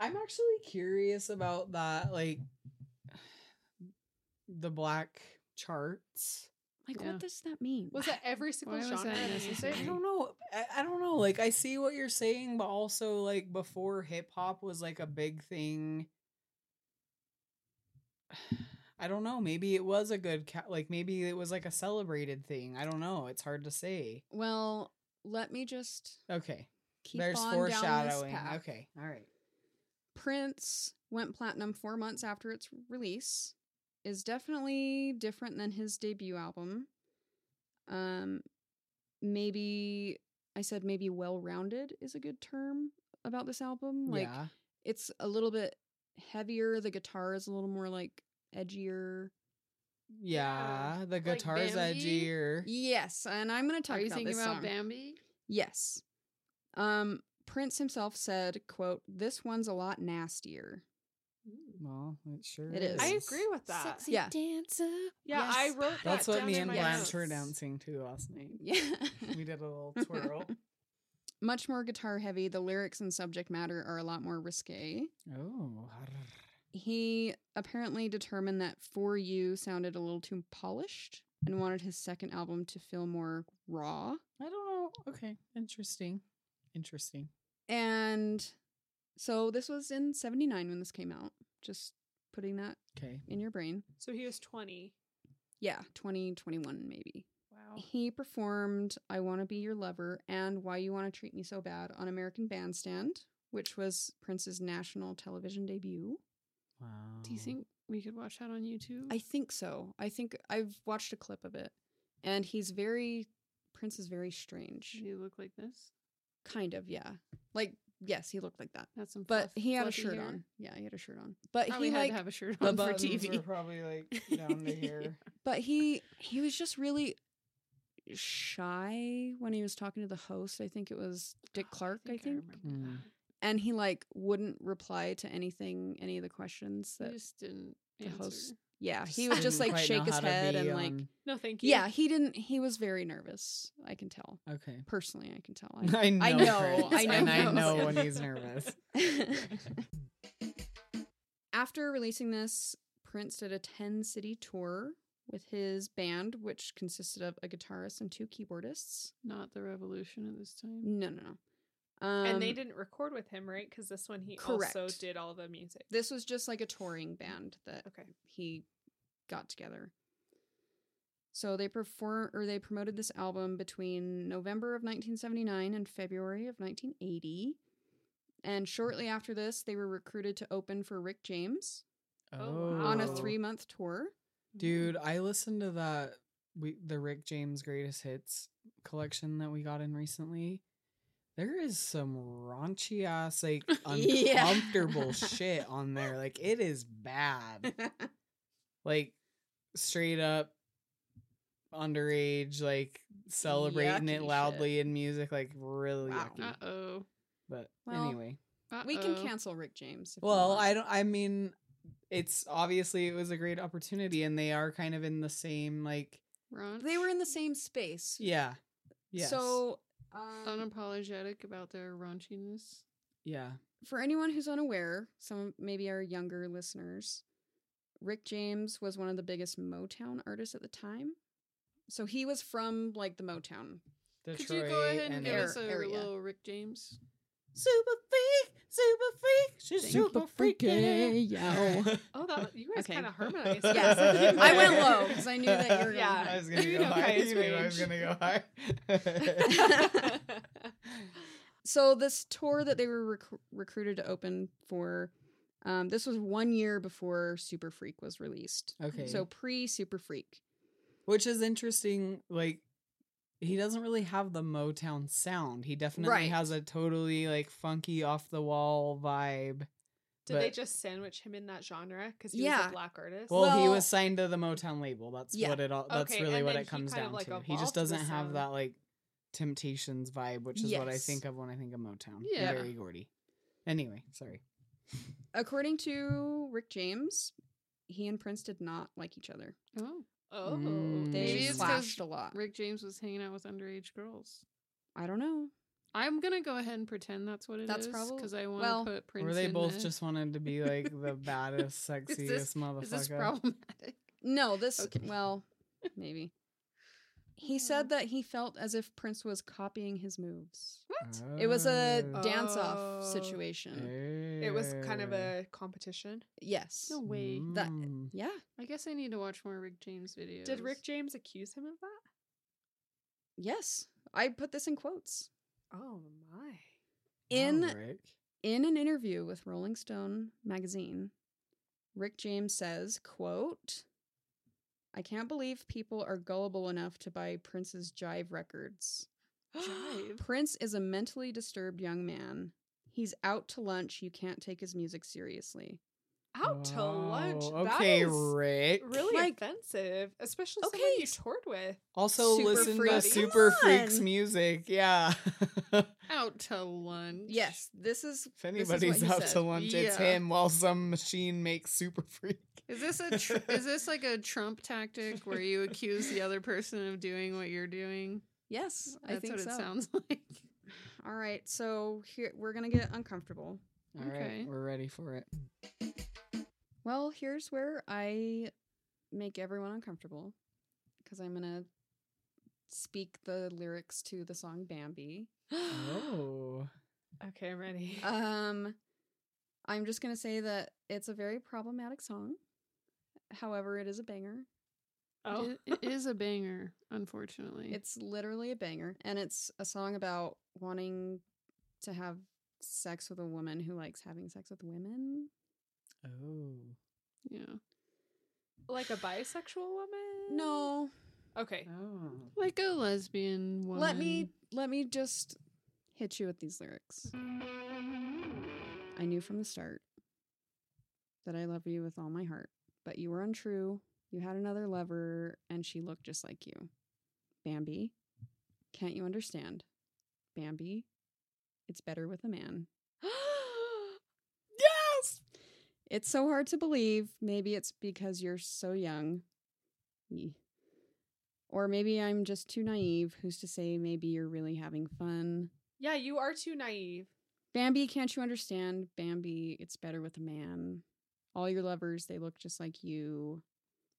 C: I'm actually curious about that, like the black charts.
B: Like,
D: Yeah.
B: what does that mean?
E: Was that every single
D: Why was
E: genre
D: that
E: of
D: necessary?
E: music?
C: I
B: <clears throat>
C: don't know. I, I don't know. Like I see what you're saying, but also like before hip hop was like a big thing. <sighs> I don't know. Maybe it was a good ca- like maybe it was like a celebrated thing. I don't know. It's hard to say.
B: <sighs> Well, let me just
C: Okay.
B: keep
C: There's
B: on down this
C: foreshadowing.
B: path.
C: Okay. All right.
B: Prince went platinum four months after its release. Is definitely different than his debut album. Um, maybe I said maybe well-rounded is a good term about this album. Like
C: yeah.
B: it's a little bit heavier. The guitar is a little more like edgier.
C: Yeah. The
D: Like
C: guitar's
D: Bambi?
C: edgier.
B: Yes, and I'm gonna talk
D: Are you
B: about
D: thinking
B: this
D: about
B: song.
D: Bambi?
B: Yes. Um, Prince himself said, "quote This one's a lot nastier."
C: Well, it sure
B: It is.
E: I agree with that.
A: Sexy
B: Yeah.
A: dancer.
E: Yeah, I
A: Yes.
E: wrote that
C: That's what
E: down
C: me
E: in
C: and
E: my
C: Blanche
E: notes.
C: were dancing to last night.
B: <laughs> Yeah.
C: We did
B: <laughs>
C: a little twirl.
B: Much more guitar heavy. The lyrics and subject matter are a lot more risque.
C: oh.
B: He apparently determined that For You sounded a little too polished and wanted his second album to feel more raw.
C: I don't know. Okay. Interesting. Interesting.
B: And so this was in 79 when this came out. Just putting that
C: Okay.
B: in your brain.
E: So he was 20.
B: Yeah, 2021 maybe.
E: Wow.
B: He performed I Want to Be Your Lover and Why You Want to Treat Me So Bad on American Bandstand, which was Prince's national television debut.
C: Wow.
D: Do you think we could watch that on YouTube?
B: Um, I think so. I think I've watched a clip of it. And he's very, Prince is very strange.
D: Should you look like this?
B: Kind of, yeah. Like, yes, he looked like that.
D: That's some.
B: But
D: fluff-
B: he had a
D: fluffy
B: shirt
D: hair.
B: on. Yeah, he had a shirt on. But
D: Probably
B: he
D: had
B: like
D: to have a shirt
B: the
D: on for
B: buttons
D: TV.
C: probably like
B: <laughs>
D: down to here.
B: but he he was just really shy when he was talking to the host. I think it was Dick
D: Oh,
B: Clark, I think.
D: remember
C: Mm.
D: that.
B: and he like wouldn't reply to anything any of the questions
D: He
B: that
D: just didn't
B: the
D: answer.
B: host- yeah
C: Just
B: he would just
C: didn't
B: like
C: quite
B: shake
C: know
B: his
C: how to
B: head
C: be um,
B: and like
C: on-
E: No, thank you.
B: yeah he didn't he was very nervous i can tell
C: um, Okay.
B: personally i can tell
C: <laughs> I know.
B: know,
C: Chris,
B: I
C: And I
B: know. <laughs>
C: know when he's nervous.
E: <laughs>
B: I- after releasing this prince did a 10 city tour with his band which consisted of a guitarist and two keyboardists
D: Not the revolution at this time.
B: no no no um,
E: and they didn't record with him, right? Because this one he also
B: Correct.
E: did all the music.
B: this was just like a touring band that
E: okay.
B: he got together. So they perform or they promoted this album between November of 1979 and February of 1980. And shortly after this, they were recruited to open for Rick James
E: Oh,
B: on a
E: Wow.
B: three-month tour.
C: Dude, I listened to that we the Rick James Greatest Hits collection that we got in recently. There is some raunchy ass, like
B: <laughs> Yeah.
C: uncomfortable shit on there. Like it is bad. Like straight up underage, like celebrating
B: Yucky
C: it
B: shit.
C: loudly in music, like really
B: Wow.
C: yucky.
D: Uh oh.
C: But
B: Well,
C: anyway.
B: <laughs> we can cancel Rick James. if we
C: Oh. Well,
B: want.
C: I don't I mean it's obviously it was a great opportunity and they are kind of in the same like
B: they were in the same space.
C: yeah. Yes.
B: So um,
D: unapologetic about their raunchiness.
C: yeah.
B: for anyone who's unaware, some maybe our younger listeners, Rick James was one of the biggest Motown artists at the time. So he was from like the Motown.
C: Detroit
D: Could you go ahead and give
B: air-
D: us a
B: area.
D: little Rick James?
C: super freak, super freak. She's
B: Thank
C: super
B: you.
C: freaky. <laughs>
B: Yeah.
E: Oh, that you guys
B: Okay.
E: kind of harmonized.
B: <laughs>
E: <laughs>
B: Yes.
E: Something
B: I
E: about
B: went
E: it.
B: low because I knew that you were.
E: Yeah.
B: Going
D: <laughs>
E: I
C: was gonna
E: You know
C: <laughs>
E: Kaya's range.
C: go high.
E: <laughs>
D: <laughs>
B: So this tour that they were rec- recruited to open for, um, this was one year before Super Freak was released.
C: <laughs> okay.
B: So
C: So,
B: pre Super Freak.
C: which is interesting. Like, he doesn't really have the Motown sound. He definitely
B: Right.
C: has a totally like funky off the wall vibe.
E: Did they
C: But-
E: just sandwich him in that genre because he was
B: Yeah.
E: a black artist?
C: Well, he
B: Well-
C: was signed to the Motown label. That's
B: Yeah.
C: what it all. That's
E: Okay,
C: really
E: and
C: what
E: then
C: it
E: he
C: comes
E: kind of,
C: down
E: like,
C: to. He just
E: evolved the
C: doesn't have
E: sound.
C: that like Temptations vibe, which is what I
B: Yes.
C: think of when I think of Motown.
D: Yeah.
C: very Gordy. Anyway, sorry.
B: According to Rick James, he and Prince did not like each other.
D: Oh,
E: Oh,
C: Mm.
B: They
D: Maybe it's 'cause
B: clashed a lot.
D: Rick James was hanging out with underage girls.
B: I don't know.
D: I'm gonna go ahead and pretend that's what it is.
B: That's probably-
D: because I want to
B: well-
D: put Prince.
C: Or they
D: in
C: both
D: the-
C: just wanted to be like the baddest, sexiest
D: Is this-
C: motherfucker.
D: Is this problematic?
B: No, this
D: Okay.
B: well, <laughs> maybe. He said that he felt as if Prince was copying his moves.
D: What?
B: It was a
C: Oh.
B: dance off
E: Oh.
B: situation.
E: it was kind of
C: Yeah.
E: a competition.
B: Yes.
D: No way.
B: That-
C: Mm.
B: Yeah.
D: I guess I need to watch more Rick James videos. <gasps>
E: Did Rick James accuse him of that?
B: Yes. I put this in quotes.
E: Oh my.
B: In
C: Wow, Oh, Rick.
B: in an interview with Rolling Stone magazine, Rick James says, quote, I can't believe people are gullible enough to buy Prince's Jive records.
D: Jive?
B: Prince is a mentally disturbed young man. He's out to lunch. You can't take his music seriously.
E: Out to lunch.
C: Wow.
E: That
C: Oh, Okay,
E: is
C: Rick.
E: really
B: Oh, Like-
E: offensive, especially someone
B: Okay,
E: you
B: s-
E: toured with.
C: Also
B: Super
C: listen
B: Freak. Come
C: to Super Freaks
B: on.
C: music. Yeah. <laughs> if
D: out to lunch?
B: Yes, this is is what
C: anybody's
B: he
C: out
B: said.
C: to lunch, it's
D: Yeah.
C: him while some machine makes Super Freak.
D: Is
C: <laughs>
D: this a tr- is this like a Trump tactic where you accuse the other person of doing what you're doing?
B: yes, I
D: That's
B: think
D: what
B: so.
D: it sounds <laughs> like.
B: All right, so here we're gonna get uncomfortable.
C: All right,
D: Okay.
C: we're ready for it.
B: Well, here's where I make everyone uncomfortable because I'm gonna speak the lyrics to the song Bambi.
C: Oh.
E: <gasps> Okay, I'm ready.
B: Um, I'm just gonna say that it's a very problematic song. However, it is a banger.
E: oh.
D: It- it is a banger, unfortunately.
B: It's literally a banger, and it's a song about wanting to have sex with a woman who likes having sex with women.
C: Oh.
D: yeah,
E: <laughs> like a bisexual woman?
B: No,
E: Okay.
C: Oh.
D: like a lesbian woman.
B: Let me let me just hit you with these lyrics. I knew from the start that I love you with all my heart, but you were untrue. You had another lover and she looked just like you. Bambi, can't you understand? Bambi, it's better with a man. <gasps> yes! It's so hard to believe. Maybe it's because you're so young. Yee. Or maybe I'm just too naive. Who's to say maybe you're really having fun?
E: <gasps> Yeah, you are too naive.
B: Bambi, can't you understand? Bambi, it's better with a man. All your lovers, they look just like you,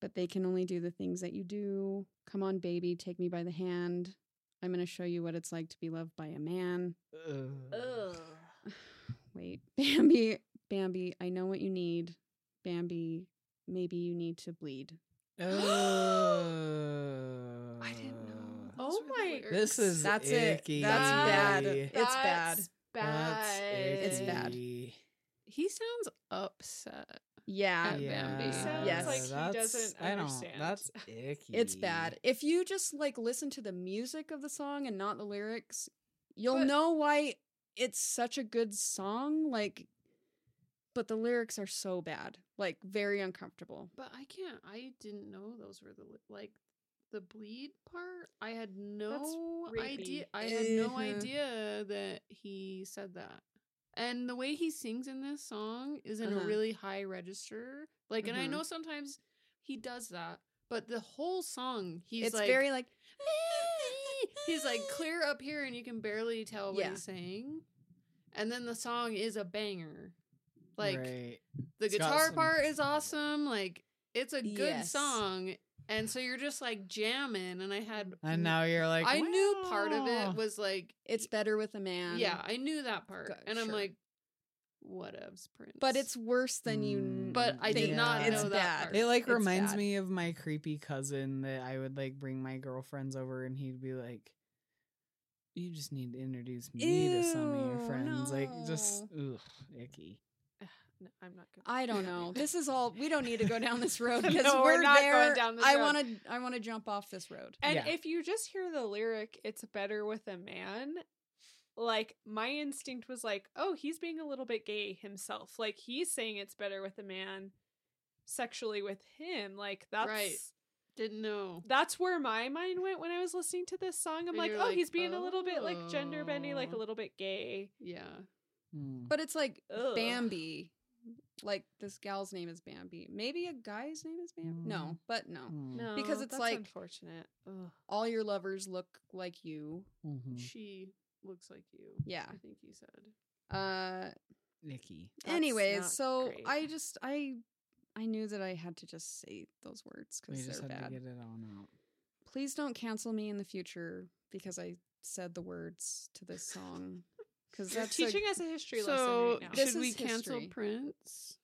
B: but they can only do the things that you do. Come on, baby, take me by the hand. I'm going to show you what it's like to be loved by a man. Wait, <laughs> Bambi, Bambi, I know what you need. Bambi, maybe you need to bleed.
C: Oh.
D: I didn't know.
E: Oh
D: those were the
E: my-
D: lyrics.
C: This is
B: That's it. That's bad.
C: icky.
B: It's bad.
E: That's
C: That's
E: bad.
B: It's bad.
C: icky.
D: He sounds upset.
B: Yeah.
D: At Bambi. He sounds
B: Yes. like
E: he
C: that's-
E: doesn't
C: I don't-
E: understand.
C: That's icky.
B: It's bad. If you just like listen to the music of the song and not the lyrics, you'll
E: But-
B: know why it's such a good song. Like, but the lyrics are so bad, like very uncomfortable.
D: But I can't. I didn't know those were the li- like the bleed part. I had no idea.
E: rapey.
D: I had
B: <laughs>
D: no
B: Uh-huh.
D: idea that he said that. And the way he sings in this song is in
B: Uh-huh.
D: a really high register. Like, and I
B: Mhm.
D: know sometimes he does that, but the whole song he's
B: it's
D: like
B: very like <laughs>
D: he's like clear up here, and you can barely tell what
B: Yeah.
D: he's saying. And then the song is a banger. Like
C: Right.
D: the
C: It's got
D: guitar
C: some-
D: part is awesome. Like it's a good
B: Yes.
D: song, and so you're just like jamming. And I had,
C: And now you're like,
D: I knew part of
C: "Wow."
D: it was like, <laughs>
B: it's better with a man.
D: yeah, I knew that part,
B: Go-
D: and I'm
B: sure.
D: like, whatevs, Prince.
B: but it's worse than you.
C: Mm,
B: kn-
D: but I did
B: think.
D: not
B: It's
D: know
B: bad.
D: that. Part.
C: It like
B: It's
C: reminds
B: bad.
C: me of my creepy cousin that I would like bring my girlfriends over and he'd be like, You just need to introduce me to some of your
B: Ew,
C: friends. Like just ugh, icky.
E: No, I'm not good.
B: I don't
E: <laughs>
B: know. This is all. We don't need to go down this road
E: No,
B: because
E: we're
B: we're,
E: not going
B: there.
E: down this
B: I
E: road.
B: want to. I want to jump off this road.
E: And
C: Yeah.
E: if you just hear the lyric, it's better with a man, like my instinct was like, oh, he's being a little bit gay himself. Like he's saying it's better with a man sexually with him. Like that's
D: Didn't know.
B: Mm.
E: that's where my mind went when I was listening to this song. I'm
D: And
E: like,
D: you're
E: oh,
D: like,
E: he's being a little bit like gender bendy, like
D: "Oh."
E: a little bit gay.
D: Yeah,
C: Hmm.
B: But it's like
E: Ugh.
B: Bambi. Like this gal's name is Bambi. Maybe a guy's name is Bambi. No,
C: Mm.
B: but no.
C: Mm.
E: No,
B: Because it's
E: that's
B: like-
E: unfortunate. Ugh.
B: All your lovers look like you.
C: Mhm.
D: She looks like you.
B: Yeah.
D: I think you said.
B: Uh
C: Icky.
E: That's
B: anyways,
E: not
B: so
E: great.
B: I just I I knew that I had to just say those words
C: We
B: because
C: just
B: they're
C: had to
B: bad.
C: get it on out.
B: Please don't cancel me in the future because I said the words to this song. Because
E: You're
B: that's a-
E: teaching us a history lesson
D: So
E: right now.
B: this
D: should we
B: is
D: cancel
B: history.
D: Prince?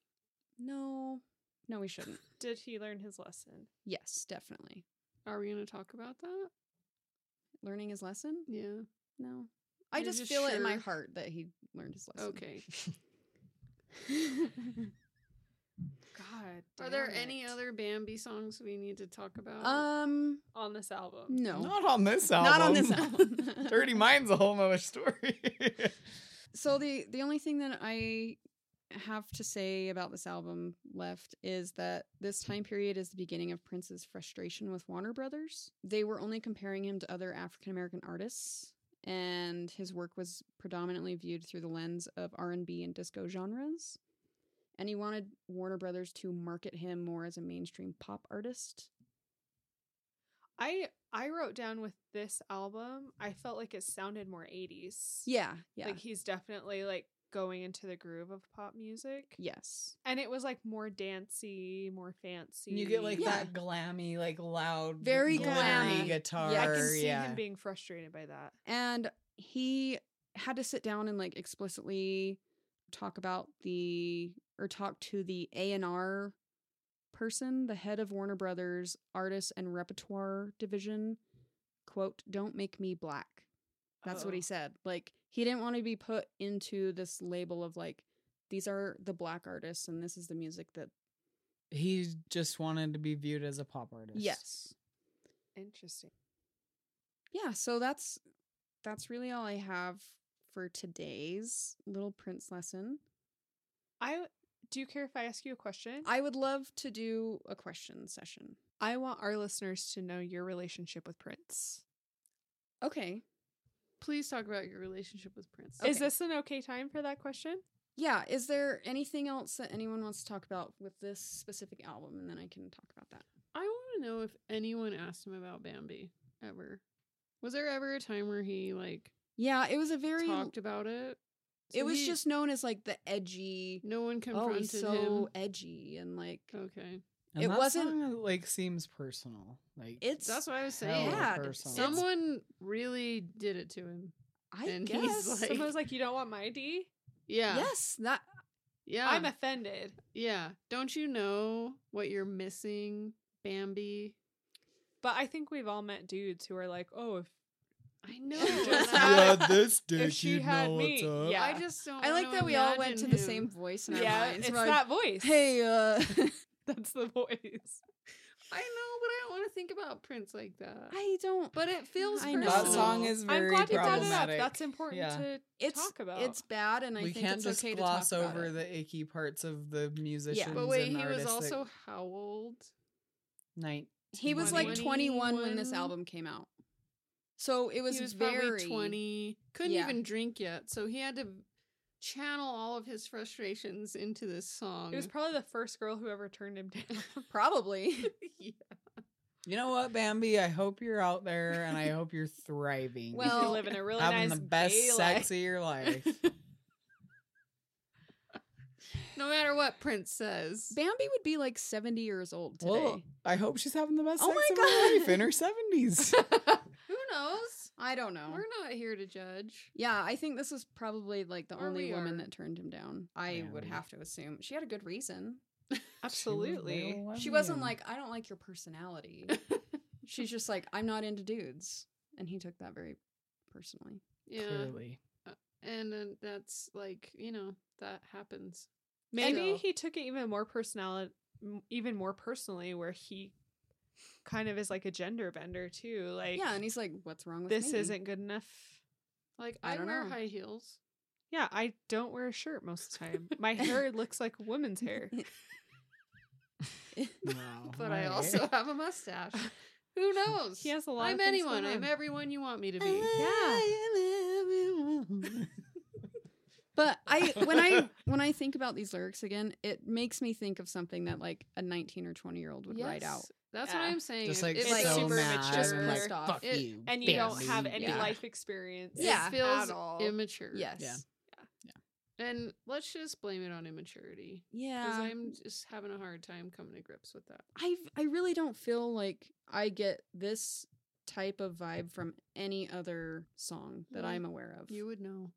B: no, no, we shouldn't.
E: Did he learn his lesson?
B: Yes, definitely.
D: Are we gonna talk about that?
B: Learning his lesson?
D: Yeah.
B: No, I
D: You're
B: just,
D: just
B: feel it in my
D: sure?
B: heart that he learned his lesson. <laughs>
D: Okay.
E: God,
D: Are there
E: damn
D: any
E: it.
D: other Bambi songs we need to talk about?
B: Um,
E: on this
D: Oh,
E: album?
B: no,
C: Not on this album.
B: Not on this album.
C: <laughs> Dirty Mind's a whole nother story. <laughs>
B: So the the only thing that I have to say about this album left is that this time period is the beginning of Prince's frustration with Warner Brothers. They were only comparing him to other African American artists and his work was predominantly viewed through the lens of R&B and disco genres. And he wanted Warner Brothers to market him more as a mainstream pop artist.
E: I I wrote down with this album, I felt like it sounded more 80s.
B: Yeah, yeah.
E: Like he's definitely like going into the groove of pop music.
B: yes.
E: And it was like more dancey, more fancy.
C: you get like
B: Yeah.
C: that glammy, like loud,
B: Very
C: glittery
B: glammy.
C: guitar.
B: Yeah,
E: I can see
C: yeah.
E: him being frustrated by that.
B: and he had to sit down and like explicitly talk about the or talk to the A&R person, the head of Warner Brothers Artists and Repertoire Division, quote, "Don't make me black." That's what he
E: Oh.
B: said. Like he didn't want to be put into this label of like these are the black artists and this is the music that
C: he just wanted to be viewed as a pop artist.
B: Yes.
E: Interesting.
B: yeah so that's that's really all i have for today's little prince lesson
E: I do you care if I ask you a question?
B: i would love to do a question session
E: I want our listeners to know your relationship with Prince.
B: okay
D: Please talk about your relationship with Prince.
E: Is
B: Okay.
E: this an okay time for that <laughs> question?
B: yeah is there anything else that anyone wants to talk about with this specific album and then i can talk about that
D: I want to know if anyone asked him about Bambi ever. Was there ever a time where he like
B: yeah it was a very
D: talked about it?
B: it
D: So
B: was
D: he-
B: just known as like the edgy
D: no one
B: oh
D: confronted
B: he's so
D: him.
B: edgy and like
D: Okay,
C: And
B: It
C: that
B: wasn't-
C: song, uh, like seems personal. Like
B: it's
D: that's what I was
C: hella
D: saying.
B: bad.
C: personal.
B: Someone-
D: Someone really did it to him.
B: i
D: and
B: guess
D: he's like-
E: Someone's like, you don't want my D?
D: Yeah,
B: yes that
D: yeah,
E: I'm offended.
D: yeah. Don't you know what you're missing, Bambi?
E: But I think we've all met dudes who are like, oh, if
B: <laughs>
D: I know.
E: just
D: <laughs> I-
E: had-
C: this
E: she had me, yeah.
D: I just don't.
B: i like
D: wanna
B: that we all went to
D: imagine
B: the
D: him.
B: same voice in our
E: yeah,
B: minds
E: it's
B: We're like,
E: that voice.
B: hey <laughs> uh
E: <laughs> that's the voice.
D: I know, but I don't want to think about Prince like that.
B: I don't.
D: but it feels
B: I know.
C: That
D: personal.
C: song is very
E: I'm glad you brought
C: problematic.
E: it up. That's important
C: Yeah.
E: to
B: It's
E: talk about.
B: it's bad, and I
C: we
B: think
C: can't
B: it's
C: just
B: okay
C: gloss
B: to talk
C: over
B: about it.
C: the icky parts of the musicians.
D: But wait,
C: and
D: he was
C: artists
D: also
C: that,
D: how old?
C: night.
B: He was like 21 when this
D: 21.
B: album came out, so it was,
D: he was
B: very
D: probably 20. Couldn't
B: Yeah.
D: even drink yet, so he had to channel all of his frustrations into this song.
E: it was probably the first girl who ever turned him <laughs>
B: <laughs>
E: down.
B: Probably,
C: You know what, Bambi? I hope you're out there and I hope you're thriving.
E: You
B: Well,
E: live in a really
C: having
E: nice
C: the best
E: gay
C: sex
E: life.
C: of your life.
D: no matter what Prince says.
B: Bambi would be like 70 years old today.
C: well, I hope she's having the best
B: Oh
C: sex
B: my
C: of her
B: God.
C: life in her seventies.
D: Who knows?
B: I don't know.
D: We're not here to judge.
B: Yeah, I think this is probably like the
D: Or
B: only
D: we
B: woman
D: are.
B: that turned him down. I would
C: Bambi.
B: have to assume she had a good reason.
E: Absolutely.
B: She wasn't like, I don't like your personality. She's just like, I'm not into dudes, and he took that very personally.
D: Yeah.
C: clearly.
D: And then that's like, you know, that happens.
E: Maybe
D: So-
E: he took it even more personal, m- even more personally, where he kind of is like a gender bender too. Like,
B: yeah, and he's like, "What's wrong with
E: this
B: me?"
E: isn't good enough.
D: Like
B: I
D: I,
B: don't
D: wear
B: know.
D: high heels.
E: Yeah, I don't wear a shirt most of the time.
B: <laughs>
E: My hair looks like a woman's hair.
C: Wow,
D: But
C: alright.
D: I
C: <laughs>
D: also <laughs> have a mustache. Who knows?
E: He
B: <laughs>
E: has a lot of
D: I'm
E: things
D: anyone.
E: going
D: I'm
E: on.
D: everyone you want me to be.
E: Yeah.
C: I am everyone.
B: <laughs> But I when
E: <laughs>
B: I when I think about these lyrics again, it makes me think of something that like a 19 or 20 year old would write out.
D: That's
E: Yeah.
D: what I'm saying.
C: Just like
D: Ah. it's
E: like
C: so
E: super
C: mad,
E: mature
C: and, like,
B: stuff.
C: fuck
D: It-
C: you,
E: and you don't
C: bitch.
E: have any
B: Yeah.
E: life experience.
D: It
E: Yeah,
D: feels
E: at all.
D: immature.
E: Yes.
C: Yeah.
D: And let's just blame it on immaturity. Because
B: Yeah.
D: I'm just having a hard time coming to grips with that.
B: I I really don't feel like I get this type of vibe from any other song that
D: Yeah.
B: I'm aware of.
D: Mm-hmm. You would know.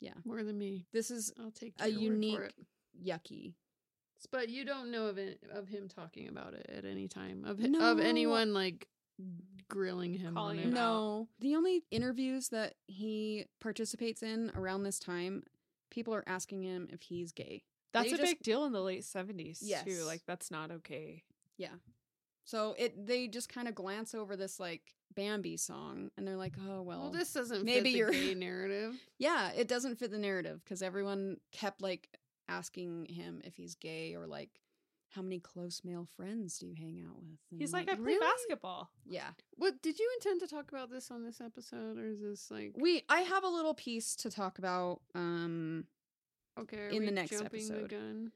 B: Yeah.
D: More than me.
B: this is
D: I'll take
B: a
D: your word for
B: unique
D: it.
B: yucky.
D: But you don't know of it, of him talking about it at any time of hi- of
B: No.
D: anyone like grilling him.
E: Calling
D: on
E: him
D: it.
E: out.
B: No. The only interviews that he participates in around this time, people are asking him if he's gay.
E: That's
B: They
E: a
B: just-
E: big deal in the late seventies
B: Yes.
E: too. Like that's not okay.
B: So it they just kind of glance over this like Bambi song and they're like, "Oh, well,
D: Well, this doesn't
B: maybe
D: fit the
B: you're-
D: gay narrative.
B: <laughs> yeah, it doesn't fit the narrative because everyone kept like asking him if he's gay or like how many close male friends do you hang out with? And
E: He's
B: I'm
E: like, I play
B: "Really?"
E: basketball.
B: Yeah.
D: What did you intend to talk about this on this episode, or is this like
B: We I have a little piece to talk about um
D: okay are
B: in the
D: we
B: next
D: jumping
B: episode.
D: The gun?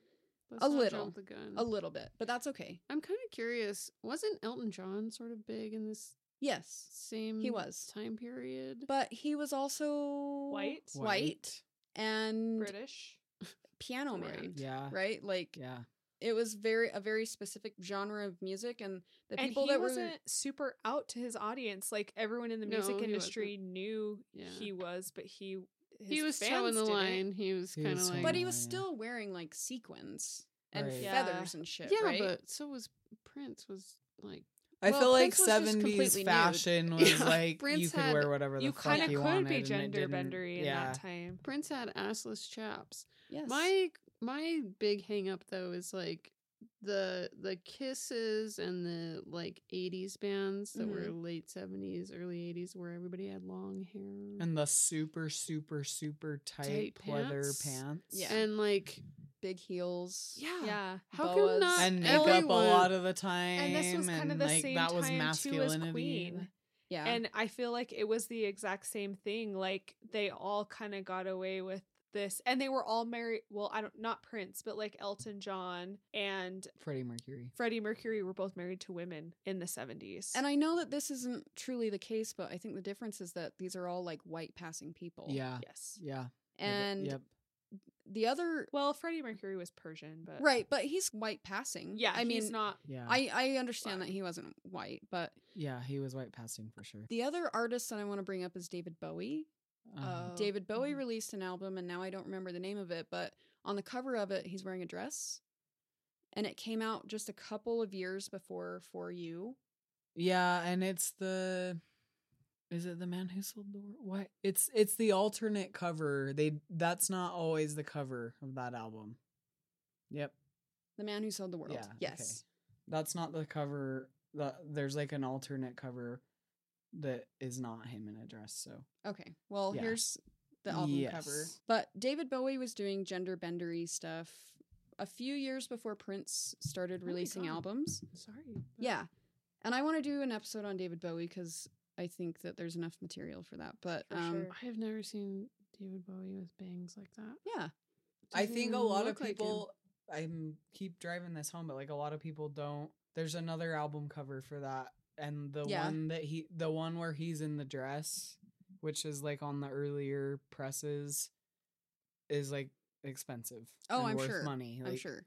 D: Let's
B: A
D: not
B: little.
D: jump the gun.
E: Mm-hmm.
B: a little bit, but that's okay.
D: I'm kind of curious. Wasn't Elton John sort of big in this
B: Yes.
D: same
B: was.
D: time period?
B: But he was also
E: White?
B: white, and
E: British.
B: piano man,
D: Right.
C: Yeah,
B: right? Like
C: yeah.
B: it was very a very specific genre of music, and the
E: and
B: people
E: he
B: that
E: wasn't
B: were
E: super out to his audience. Like everyone in the music
D: No, he
E: industry knew
D: Yeah.
E: he was, but he his
D: he was
E: fans
D: towing the
E: didn't.
D: line. He was
C: He
D: kind of
C: was
D: like,
B: but he
C: Oh,
B: was
C: yeah.
B: still wearing like sequins and
C: Right.
E: Yeah.
B: feathers and shit,
D: yeah,
B: right?
D: but so was Prince. Was like
C: I
B: Well,
C: feel like
B: Prince was just
C: seventies
B: completely nude.
C: fashion was
D: Yeah.
C: like you
D: Prince
C: could
D: had-
C: wear whatever the
E: You
C: fuck
E: kind
C: you
E: of could
C: wanted.
E: be
C: and it
E: gender
C: didn't-
E: bendery in
C: yeah.
E: that time.
D: Prince had assless chaps.
B: yes.
D: My my big hang up though is like the the kisses and the like 80s bands that were late 70s early 80s where everybody had long hair
C: And the super, super, super tight
D: Tight
C: pleather
D: pants.
C: pants.
B: Yeah.
D: and like
B: big heels.
D: yeah
E: Yeah.
D: how
B: boas.
D: come not
E: <laughs>
C: And makeup
D: everyone,
C: a lot of the time.
E: And this was kind of
C: and,
E: the
C: like,
E: same
C: that was
E: time too as
C: masculinity.
E: Queen.
B: Yeah.
E: And I feel like it was the exact same thing. Like they all kind of got away with this, and they were all married. Well, I don't not Prince, but like Elton John and
C: Freddie Mercury.
E: Freddie Mercury were both married to women in the seventies.
B: and I know that this isn't truly the case, but I think the difference is that these are all like white passing people.
C: Yeah.
E: yes,
C: Yeah.
B: And
C: yep.
B: the other
E: well, Freddie Mercury was Persian, but
B: right, but he's white passing.
E: Yeah,
B: I mean,
E: he's not.
C: Yeah.
B: I I understand that he wasn't white, but
C: yeah, he was white passing for sure.
B: The other artist that I want to bring up is David Bowie.
C: Uh,
B: Um, David Bowie released an album, and now I don't remember the name of it, but on the cover of it, he's wearing a dress. And it came out just a couple of years before For You.
C: yeah, and it's the is it the man who sold the world? What? It's it's the alternate cover. They that's not always the cover of that album. Yep.
B: The Man Who Sold the World.
C: Yeah, okay.
B: yes.
C: That's not the cover. The, there's like an alternate cover that is not him in a dress. So
B: Okay. Well,
C: Yeah.
B: here's the album cover.
C: Yes.
B: But David Bowie was doing gender bendery stuff a few years before Prince started
D: my
B: releasing
D: God.
B: albums.
D: sorry but-
B: Yeah. And I want to do an episode on David Bowie because I think that there's enough material for that. But
E: For
B: um,
E: sure.
D: i have never seen david bowie with bangs like that
B: yeah.
C: I
D: Doesn't
C: think a
D: even
C: lot of
D: look like him.
C: people. I'm keep driving this home, but like a lot of people don't. There's another album cover for that, and the
B: Yeah.
C: one that he, the one where he's in the dress, which is like on the earlier presses, is like expensive.
B: Oh,
C: and
B: I'm
C: worth
B: sure.
C: Money,
B: I'm sure.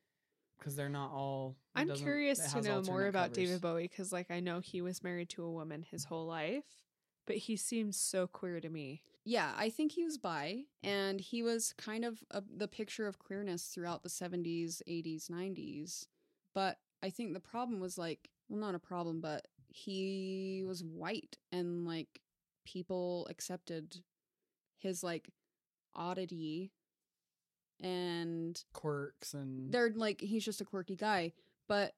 C: because they're not all. it
E: I'm
C: doesn't- it
E: curious to
C: has
E: know more
C: alternate
E: about
C: covers.
E: David Bowie because, like, I know he was married to a woman his whole life, but he seems so queer to me.
B: Yeah, I think he was bi, and he was kind of a, the picture of queerness throughout the 70s, 80s, 90s. But I think the problem was like, well, not a problem, but he was white, and like people accepted his like oddity, and
C: quirks and
B: they're like, he's just a quirky guy. But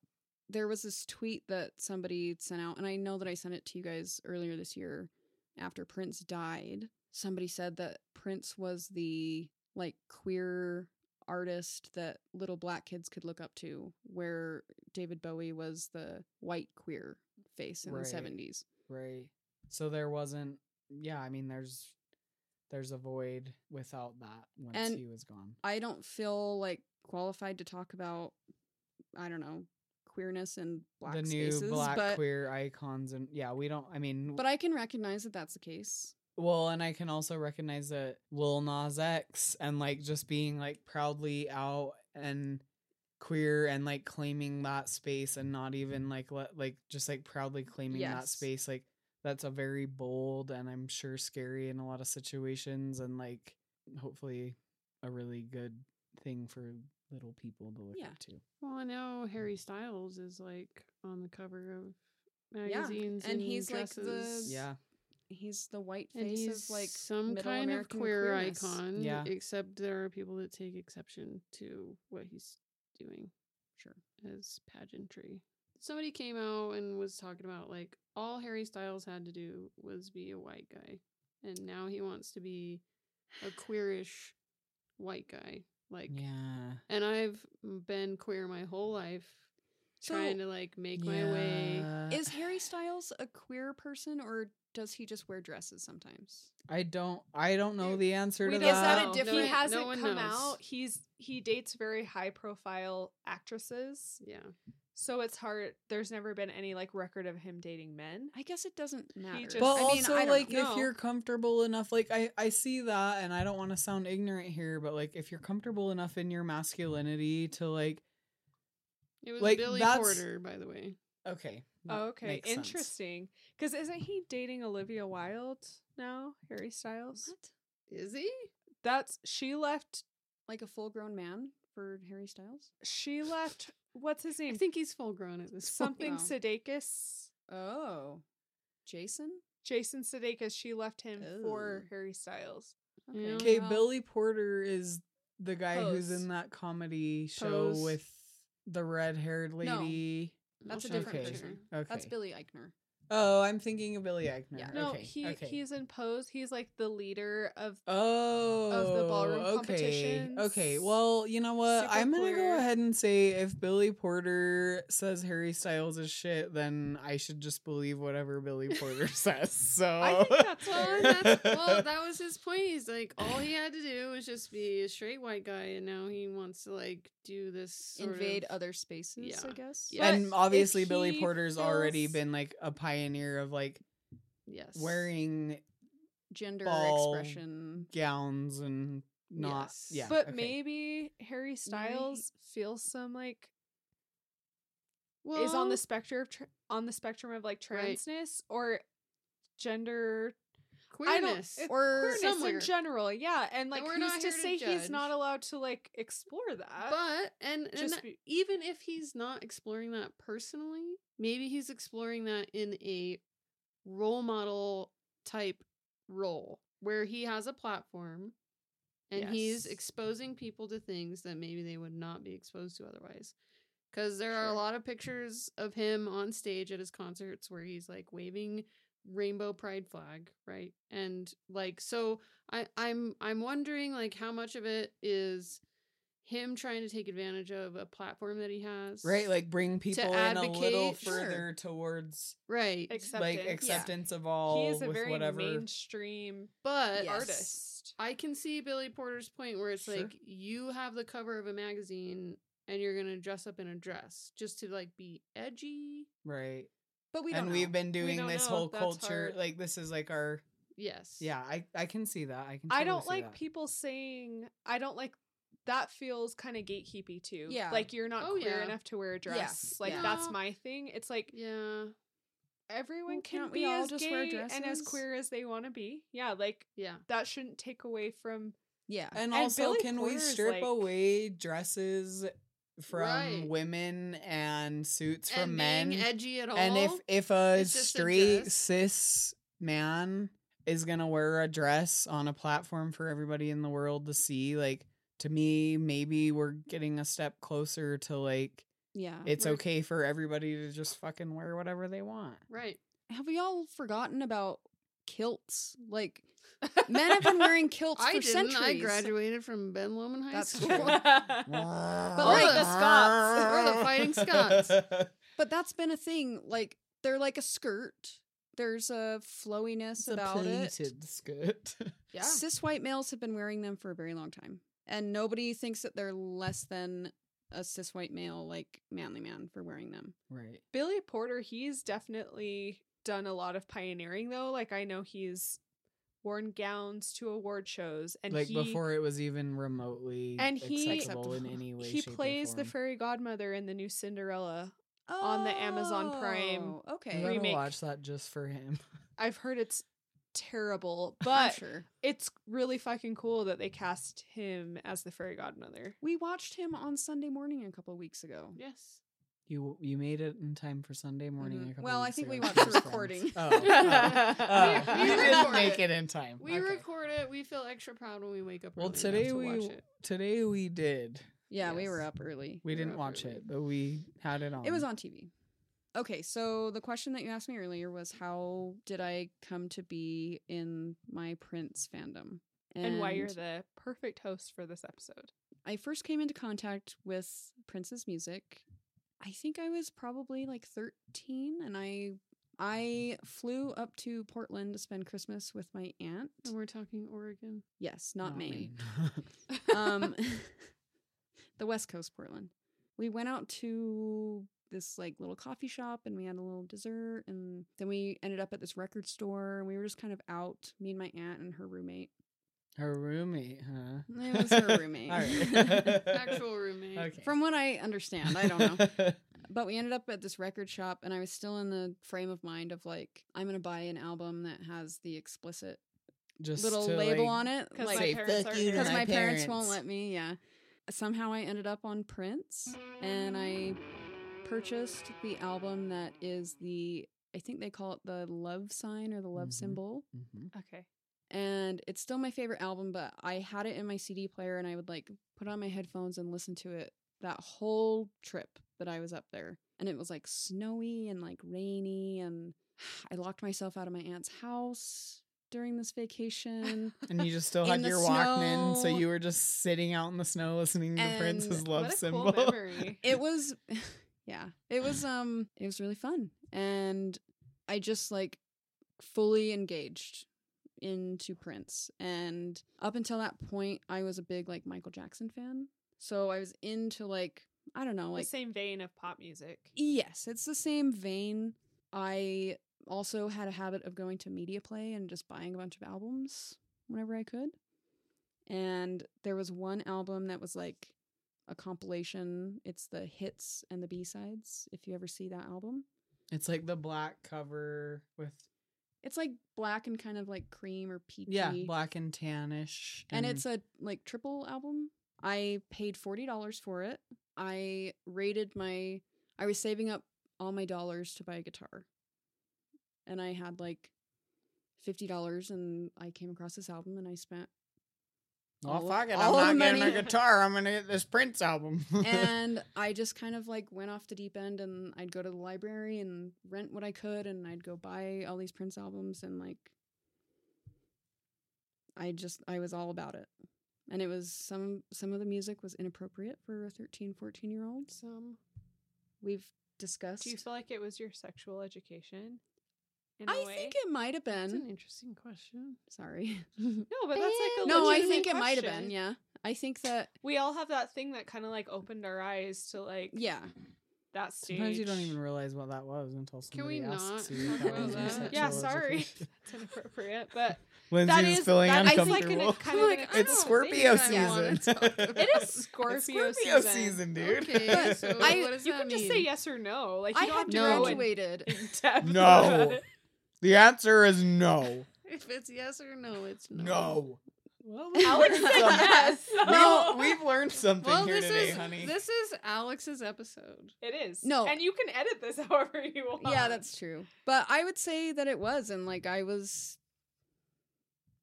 B: there was this tweet that somebody sent out, and I know that I sent it to you guys earlier this year after Prince died. Somebody said that Prince was the like queer artist that little black kids could look up to, where David Bowie was the white queer face in
C: Right.
B: the 70s.
C: Right. So there wasn't yeah, I mean there's there's a void without that once
B: And-
C: he was gone.
B: I don't feel like qualified to talk about I don't know queerness and black
C: the new
B: spaces,
C: black
B: but
C: queer icons and yeah, we don't I mean
B: but I can recognize that that's the case.
C: well and I can also recognize that Lil Nas X and like just being like proudly out and queer and like claiming that space and not even like let like just like proudly claiming that
B: Yes.
C: space like that's a very bold and I'm sure scary in a lot of situations and like hopefully a really good thing for little people to look
B: Yeah.
C: up to.
D: Well, I know Harry Styles is like on the cover of
B: Yeah,
D: magazines,
B: and
D: and,
B: he's, like, the
D: dresses.
C: Yeah.
B: He's the white
D: And
B: face
D: he's
B: of like
D: some
B: middle
D: kind
B: American
D: of queer
B: queerness.
D: icon.
C: Yeah.
D: Except there are people that take exception to what he's doing
B: sure.
D: as pageantry. Somebody came out and was talking about like all Harry Styles had to do was be a white guy. And now he wants to be a queerish white guy. Like
C: yeah.
D: and I've been queer my whole life trying
B: So-
D: to uh, like make my way.
C: Yeah.
B: Is Harry Styles a queer person or does he just wear dresses sometimes?
C: I don't I don't
E: Eh,
C: know the answer to
E: Wait,
C: that.
E: is that
D: No,
E: a different?
D: no
E: he hasn't
D: one
E: come
D: knows.
E: out. He's he dates very high profile actresses,
D: Yeah.
E: so it's hard. There's never been any like record of him dating men.
B: I guess it doesn't matter. uh,
E: just-
C: but
E: I mean,
C: also
E: I don't
C: like
E: know.
C: if you're comfortable enough like I I see that and I don't want to sound ignorant here but like if you're comfortable enough in your masculinity to like
D: It was
C: Like,
D: Billy
C: that's-
D: Porter, by the way.
C: okay that
E: Oh, okay,
C: makes sense.
E: interesting. Because isn't he dating Olivia Wilde now? Harry Styles.
B: What?
D: Is he?
E: That's she left.
B: Like a full grown man for Harry Styles?
E: She left. What's his
D: I
E: name?
D: think he's full grown at this point.
E: something
B: Wow.
E: Sudeikis.
B: Oh. Jason?
E: Jason Sudeikis. She left him for
B: Oh.
E: Harry Styles.
D: Yeah.
C: Okay,
B: well,
C: Billy Porter is the guy who's
B: Pose.
C: in that comedy show
D: Pose.
C: with the red-haired lady.
B: That's a
D: I'll show
B: different
D: you.
B: person.
C: Okay.
B: That's Billy Eichner.
C: Oh, I'm thinking of Billy Eichner.
B: Yeah.
E: No,
C: Ah, okay.
E: he
C: okay.
E: he's in Pose. He's like the leader of
C: Oh,
E: ballroom
C: okay. Okay,
E: competitions.
C: well, you know what?
E: Super
C: I'm gonna go
E: queer.
C: ahead and say if Billy Porter says Harry Styles is shit, then I should just believe whatever Billy Porter <laughs> says. So
E: I think that's
D: Well,
C: <laughs>
E: fair.
D: that's, well, that was his point. He's like, all he had to do was just be a straight white guy, and now he wants to like do this sort
B: Invade
D: of-
B: other spaces, I
D: yeah.
B: guess.
D: Yeah.
C: and
E: But
C: obviously
E: if
C: Billy
E: he
C: Porter's already
E: feels-
C: been like a pioneer of like
D: yes
C: wearing
B: Gender
C: Ball.
B: expression.
C: gowns and not
D: Yes.
C: yeah.
E: but
C: okay.
E: maybe Harry Styles feels some like
D: Well,
E: is on the spectrum of tr on the spectrum of like
D: Right.
E: transness or gender I don't-
D: queerness.
E: it-
B: Or
E: queerness
D: somewhere.
E: in general. Yeah, and like
D: we're
E: who's
D: not
E: to
D: here to
E: say he's not
D: judge.
E: allowed to like explore that?
D: but and, and
E: just
D: that-
E: be-
D: even if he's not exploring that personally, maybe he's exploring that in a role model type role where he has a platform and he's
E: Yes.
D: exposing people to things that maybe they would not be exposed to otherwise. Because there are a lot of pictures of him on stage at his concerts where he's like waving rainbow pride flag, right? And like so I I'm I'm wondering like how much of it is him trying to take advantage of a platform that he has.
C: right, like bring people in a little
D: advocate-
C: further towards
D: right.
E: acceptance.
C: like acceptance of all
E: he is a
C: with
E: very
C: whatever
E: mainstream
D: but
B: Yes.
E: artist.
D: I can see Billy Porter's point where it's
C: Sure.
D: like you have the cover of a magazine and you're going to dress up in a dress just to like be edgy.
C: right.
B: But we don't
C: and
B: know.
C: we've been doing
E: don't
C: this
E: know.
C: whole
E: That's
C: culture
E: hard.
C: like this is like our
D: Yes.
C: yeah i i can see that i can
E: I
C: totally
E: don't
C: see
E: like
C: that.
E: people saying I don't like that feels kind of gatekeepy too.
B: Yeah.
E: Like you're not
D: Oh,
E: queer
D: yeah.
E: enough to wear a dress. Like
B: yeah.
E: that's
D: No.
E: my thing. It's like
D: Yeah.
E: everyone
B: Well,
E: can
B: can't we
E: be
B: all
E: as
B: just
E: gay
B: wear
E: and as
B: dresses?
E: queer as they want to be. Yeah, like
D: Yeah.
E: that shouldn't take away from
B: Yeah.
C: and,
E: and
C: also
E: Billy
C: can we
E: Porter's,
C: strip
E: like-
C: away dresses from
D: Right.
C: women and suits from
D: and
C: men
D: being edgy at all.
C: and if if a
D: It's just a
C: straight
D: dress.
C: cis man is gonna wear a dress on a platform for everybody in the world to see like to me maybe we're getting a step closer to like
B: yeah.
C: it's
D: We're-
C: okay for everybody to just fucking wear whatever they want
D: right.
B: have we all forgotten about kilts? Like <laughs> men have been
D: <laughs>
E: <laughs>
B: wearing kilts
D: I
B: for
D: didn't.
B: centuries.
D: I graduated from Ben Lomond High
B: That's
D: School.
B: true.
D: <laughs>
C: but
B: like- the
D: Scots. Or the Fighting Scots.
B: But that's been a thing. Like they're like a skirt There's a flowiness
C: It's a
B: about it.
C: pleated skirt.
D: Yeah.
B: Cis white males have been wearing them for a very long time, and nobody thinks that they're less than a cis white male, like manly man, for wearing them.
C: <laughs> right.
E: <laughs> Billy Porter, he's definitely done a lot of pioneering though. Like I know he's worn gowns to award shows and
C: like
E: he,
C: before it was even remotely
E: And he-
C: acceptable in any way.
E: he
C: shape, or
E: plays the
C: form.
E: fairy godmother in the new Cinderella. On the Amazon Prime
B: Oh,
C: I'm
B: Okay.
C: gonna
E: remake.
C: watch that just for him. <laughs>
E: I've heard it's terrible,
B: <laughs> I'm
E: but
B: sure.
E: it's really fucking cool that they cast him as the fairy godmother.
B: We watched him on Sunday morning a couple weeks ago.
D: Yes.
C: You you made it in time for Sunday morning.
B: Mhm.
C: A couple
B: Well, I
C: weeks
B: think
C: ago
B: we
C: for
B: watched the
C: his friends.
B: recording.
C: Oh, oh. Uh,
D: We-
C: you
D: we
C: didn't
D: record
C: make it
D: it.
C: in time.
D: We
C: Okay.
D: record it. We feel extra proud when we wake up.
C: Well,
D: early enough
C: today
D: to
C: we
D: watch it.
C: today we did.
B: Yeah, we were
D: Yes.
B: up early.
C: We
D: We were
C: didn't
D: up
C: watch
D: early.
C: it, but we had it on.
B: It was
E: Um,
B: on TV. Okay, so the question that you asked me earlier was how did I come to be in my Prince fandom?
E: And, why you're the perfect host for this episode.
B: I first came into contact with Prince's music. I think I was probably like 13 and I I flew up to Portland to spend Christmas with my aunt.
E: Oh,
D: And we're talking Oregon.
B: Yes, not, Maine.
C: Maine.
B: um <laughs> the west coast portland we went out to this like little coffee shop and we had a little dessert and then we ended up at this record store and we were just kind of out me and my aunt and her roommate
C: <laughs> her roommate, huh?
B: It was her roommate.
C: All <laughs> right. <laughs>
D: Actual roommate.
C: Okay.
B: <laughs> from what i understand i don't know but we ended up at this record shop and i was still in the frame of mind of like i'm gonna buy an album that has the explicit
C: <laughs> Just
B: little
C: to,
B: label
C: like,
B: on it
E: Because
C: say,
E: my parents
C: "Fuck
E: are
C: you to
B: because
C: my
B: my parents. won't
C: parents.
B: let me. Yeah. Somehow I ended up on Prince, and I purchased the album that is the I think they call it the love sign or the love
C: Mhm.
B: symbol,
C: Mhm.
B: Mm.
E: Okay.
B: and it's still my favorite album. But I had it in my CD player, and I would like put on my headphones and listen to it that whole trip that I was up there. And it was like snowy and like rainy, and <sighs> I locked myself out of my aunt's house during this vacation.
C: <laughs> And you just still
B: In
C: had
B: the
C: your Walkman, so
B: snow.
C: you were just sitting out in the snow listening to
B: And
C: Prince's
E: What
C: love
E: a
C: symbol. <laughs>
E: cool memory.
B: <laughs> it was yeah it was um it was really fun and i just like fully engaged into prince and up until that point i was a big like michael jackson fan so i was into like i don't know like
E: the same vein of pop music.
B: yes it's the same vein i also had a habit of going to media play and just buying a bunch of albums whenever i could and there was one album that was like a compilation. It's the hits and the B sides. If you ever see that album,
C: It's like the black cover with
B: it's like black and kind of like cream or peachy.
C: yeah, black and tannish,
B: and it's a like triple album. I paid forty dollars for it. I rated my. I was saving up all my dollars to buy a guitar, and I had like fifty dollars, and I came across this album, and I spent.
C: well,
B: all of-
C: "Oh, fuck it.
B: all of
C: I'm
B: the
C: not getting a
B: money-
C: guitar. I'm gonna get this Prince album. <laughs>
E: <laughs>
B: and I just kind of like went off the deep end and I'd go to the library and rent what I could and I'd go buy all these Prince albums and like I just I was all about it. And it was some some of the music was inappropriate for a 13, 14 year old.
D: Some.
B: We've discussed
E: Do you feel like it was your sexual education? In a
B: I
E: way?
B: think it might have
D: That's an
B: been.
D: interesting question.
B: Sorry. <laughs>
E: No, but that's like a
B: no, I
E: legitimate
B: think it might have
E: question.
B: been. Yeah. I think that
E: We all have that thing that kind of like opened our eyes to like
B: yeah.
E: that stage.
C: Sometimes you don't even realize what that was until
D: Can
C: somebody
D: we
C: asks
D: not
C: you. if
D: talk
C: that
D: about
C: was your
D: that?
C: sexual
E: Yeah, sorry.
C: education.
E: It's inappropriate, but
C: <laughs> Lindsay
E: that
C: is
E: is
C: feeling
E: that is like an,
C: uncomfortable.
E: kind
D: I'm
E: of
D: like,
E: an
D: I
C: it's
D: don't
C: Scorpio
D: think I wanna
C: season.
D: talk about
E: It is
C: <laughs> It's
E: Scorpio
C: Scorpio
E: season.
C: season, dude. <laughs>
D: Okay, so
E: <laughs>
B: I-
D: what does
E: You
D: that
E: can
D: mean?
E: just say yes or no. Like you
B: I
E: don't have
B: had
E: to go in- <laughs>
B: graduated.
E: in depth.
C: No. <laughs>
E: about it.
C: the answer is no.
D: If it's yes or no, it's no.
C: No.
E: Alex said yes.
C: No, we've <laughs> learned something
D: Well,
C: here
D: this
C: today,
D: is
C: honey.
D: this is Alex's episode.
E: It is.
B: No.
E: And you can edit this <laughs> however you want.
D: <laughs>
B: Yeah, that's true. But I would say that it was, and like I was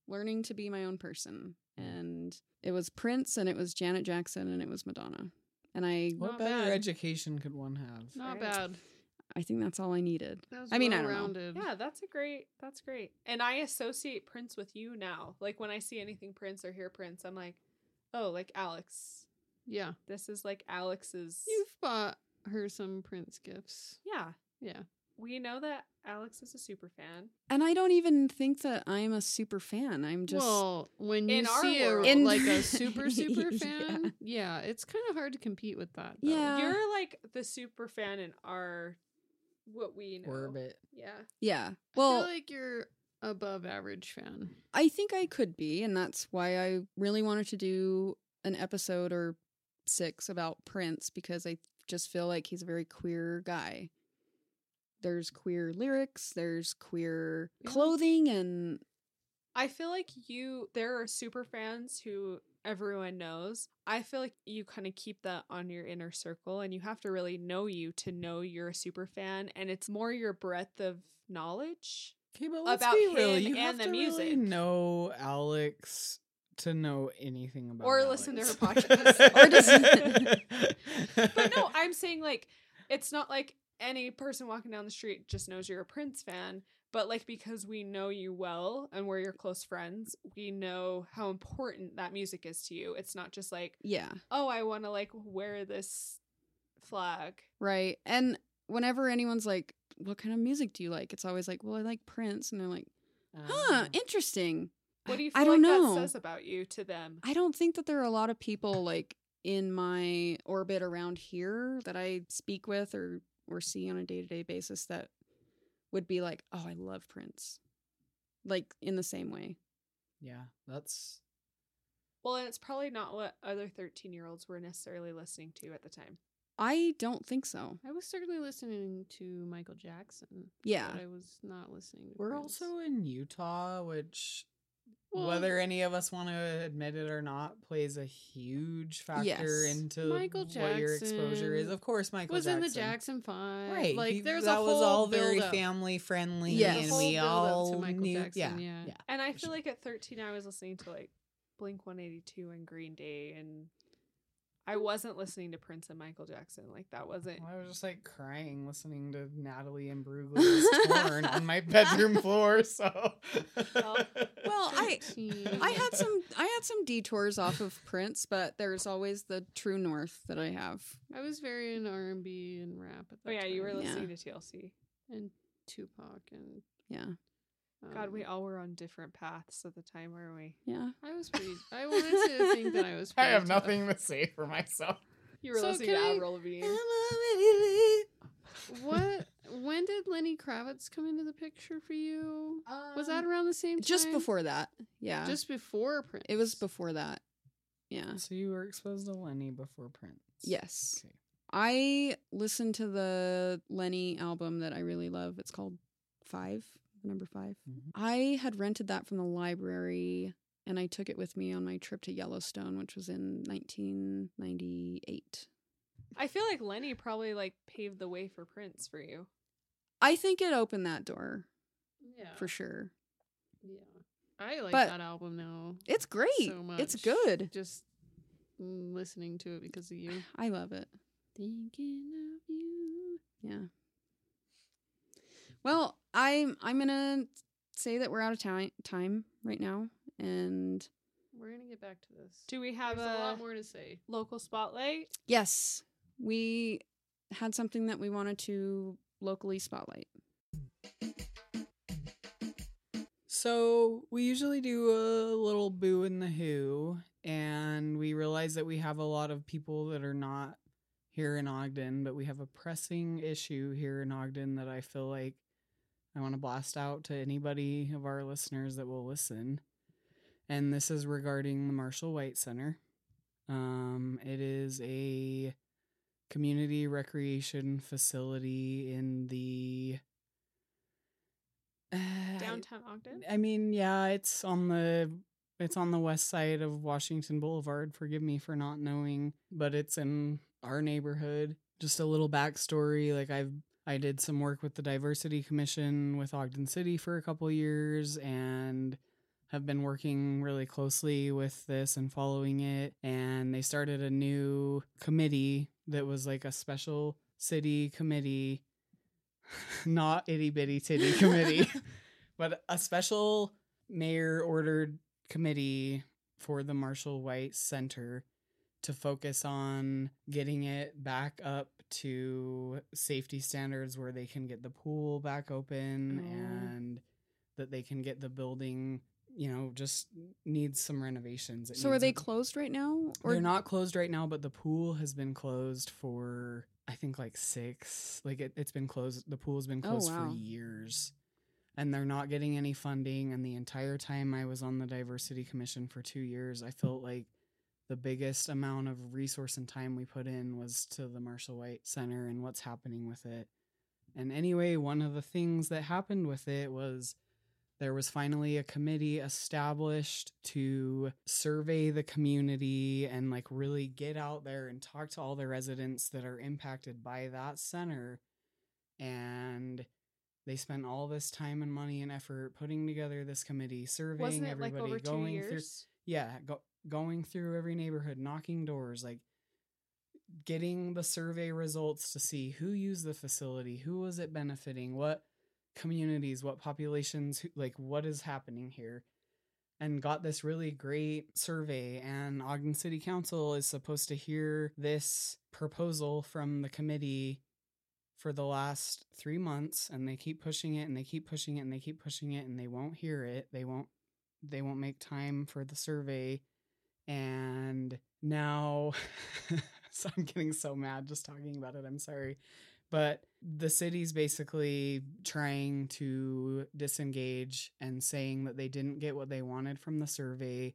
B: learning to be my own person. And it was Prince, and it was Janet Jackson, and it was Madonna. And I,
C: what
D: Not
C: better
D: bad.
C: education could one have?
D: Not
E: Right.
D: bad.
B: I think that's all I needed.
D: That was
B: I mean, I don't know.
D: well-rounded.
E: Yeah, that's a great. That's great. And I associate Prince with you now. Like when I see anything Prince or hear Prince, I'm like, oh, like Alex.
D: Yeah.
E: This is like Alex's.
D: You've bought her some Prince gifts.
E: Yeah,
D: Yeah.
E: we know that Alex is a super fan.
B: And I don't even think that I'm a super fan. I'm just
D: well, when you
E: In our
D: see a,
E: world.
B: In-
D: like
E: <laughs>
D: a super super
B: Yeah.
D: fan, yeah, it's kind of hard to compete with that. though.
B: Yeah.
E: You're like the super fan in our what we know.
C: Orbit.
E: Yeah.
B: yeah.
D: I
B: Well,
D: feel like you're above average fan.
B: I think I could be, and that's why I really wanted to do an episode or six about Prince because I just feel like he's a very queer guy. There's queer lyrics, there's queer
D: Yeah.
B: clothing, and
E: I feel like you there are super fans who everyone knows. I feel like you kind of keep that on your inner circle and you have to really know you to know you're a super fan and it's more your breadth of knowledge.
C: Okay, but let's
E: About
C: be real.
E: him
C: You
E: and
C: have
E: the
C: to really
E: music.
C: know Alex to know anything about
E: Or listen to
C: Alex. <laughs>
E: her podcast.
B: Or just-
E: But
C: <laughs>
E: no, I'm saying like it's not like any person walking down the street just knows you're a Prince fan, but like because we know you well and we're your close friends, we know how important that music is to you. It's not just like
B: yeah,
E: oh, I want to like wear this flag.
B: right. And whenever anyone's like, What kind of music do you like? It's always like, Well, I like Prince, and they're like, Huh,
C: Um,
B: interesting.
E: Ah. What do you feel
B: I don't
E: like
B: know.
E: that says about you to them?
B: I don't think that there are a lot of people like in my orbit around here that I speak with or or see on a day-to-day basis that would be like, "Oh, I love Prince." Like in the same way.
C: yeah, that's
E: Well, and it's probably not what other 13 year olds were necessarily listening to at the time.
B: I don't think so.
D: I was certainly listening to Michael Jackson.
B: Yeah.
D: but I was not listening. To
C: We're
D: Prince.
C: also in Utah, which
D: Well,
C: whether any of us want to admit it or not plays a huge factor
B: Yes.
C: into
D: Michael
C: what your exposure is.
D: Jackson
C: Of course, Michael
D: was in
C: Jackson.
D: the Jackson Five.
C: Right. he-
D: like there's a
C: that
D: whole
C: was all very
D: build-up.
C: family friendly
B: Yes.
C: and
B: Whole
C: we
D: build-up to
C: all
D: Michael
C: knew
D: Jackson,
C: yeah.
D: yeah.
E: And I
C: For
E: feel
C: sure.
E: like at 13, I was listening to like Blink 182 and Green Day, and I wasn't listening to Prince and Michael Jackson. Like, that wasn't.
C: I was just like crying listening to Natalie and
D: <laughs>
C: Brueggel's torn on my bedroom floor. So,
E: Well-
C: <laughs>
B: Well, I I had <laughs>
C: Yeah.
B: some I had some detours off of Prince, but there's always the true north that I have.
D: I was very in R and B and rap. At that
E: Oh, yeah, you were
D: time.
E: listening to TLC.
D: and Tupac and
B: Yeah.
E: God, we
D: um,
E: all were on different paths at the time, were we?
B: Yeah.
D: I was pretty. I wanted to think that I was.
C: <laughs> I
D: pretty
C: have
D: tough.
C: nothing to say for myself.
E: You were
D: So
E: listening
D: can
E: to
D: I-
E: Avril Lavigne.
C: Uh-huh. <laughs>
D: What? When did Lenny Kravitz come into the picture for you? Was that
B: Um,
D: around the same time?
B: just before that? Yeah.
D: Just before Prince.
B: it was before that. Yeah.
C: So you were exposed to Lenny before Prince.
B: Yes.
C: Okay.
B: I listened to the Lenny album that I really love. It's called Five, the number 5
C: Mhm.
B: I had rented that from the library and I took it with me on my trip to Yellowstone, which was in 1998.
E: I feel like Lenny probably like paved the way for Prince for you.
B: I think it opened that door
D: Yeah.
B: for sure.
D: Yeah. I like
B: But-
D: that album now.
B: It's great.
D: So much.
B: It's good.
D: Just listening to it because of you.
B: I love it.
D: Thinking of you.
B: Yeah. Well, I'm I'm gonna say that we're out of time time right now, and
D: <sighs> We're gonna get back to this.
E: Do we have
D: There's a
E: a,
D: lot more to say.
E: local spotlight?
B: Yes, we had something that we wanted to locally spotlight.
C: So we usually do a little boo in the who, and we realize that we have a lot of people that are not here in Ogden, but we have a pressing issue here in Ogden that I feel like I want to blast out to anybody of our listeners that will listen. And this is regarding the Marshall White Center. Um, it is a community recreation facility in the <sighs> downtown.
E: Downtown Ogden?
C: I mean, yeah, it's on the it's on the west side of Washington Boulevard. Forgive me for not knowing, but it's in our neighborhood. Just a little backstory, like I've I did some work with the Diversity Commission with Ogden City for a couple years and have been working really closely with this and following it. And they started a new committee that was like a special city committee, <laughs> not itty bitty titty committee, but a special mayor ordered committee for the Marshall White Center to focus on getting it back up to safety standards where they can get the pool back open
B: Oh.
C: and that they can get the building, you know, just needs some renovations. It
B: So are
C: needs
B: they
C: a-
B: closed right now?
C: Mm-hmm. They're not closed right now, but the pool has been closed for I think like six. Like it, it's been closed. The pool's been
B: Oh,
C: closed
B: wow.
C: for years, and they're not getting any funding. And the entire time I was on the diversity commission for two years, I felt like the biggest amount of resource and time we put in was to the Marshall White Center and what's happening with it. And anyway, one of the things that happened with it was there was finally a committee established to survey the community and like really get out there and talk to all the residents that are impacted by that center. And they spent all this time and money and effort putting together this committee, surveying
E: Wasn't it like
C: everybody,
E: over two
C: going through
E: years?
C: yeah go, going through every neighborhood knocking doors like getting the survey results to see who used the facility who was it benefiting what communities what populations who, like what is happening here and got this really great survey and ogden city council is supposed to hear this proposal from the committee for the last three months and they keep pushing it and they keep pushing it and they keep pushing it and they won't hear it they won't they won't make time for the survey and now <laughs> so i'm getting so mad just talking about it i'm sorry but the city's basically trying to disengage and saying that they didn't get what they wanted from the survey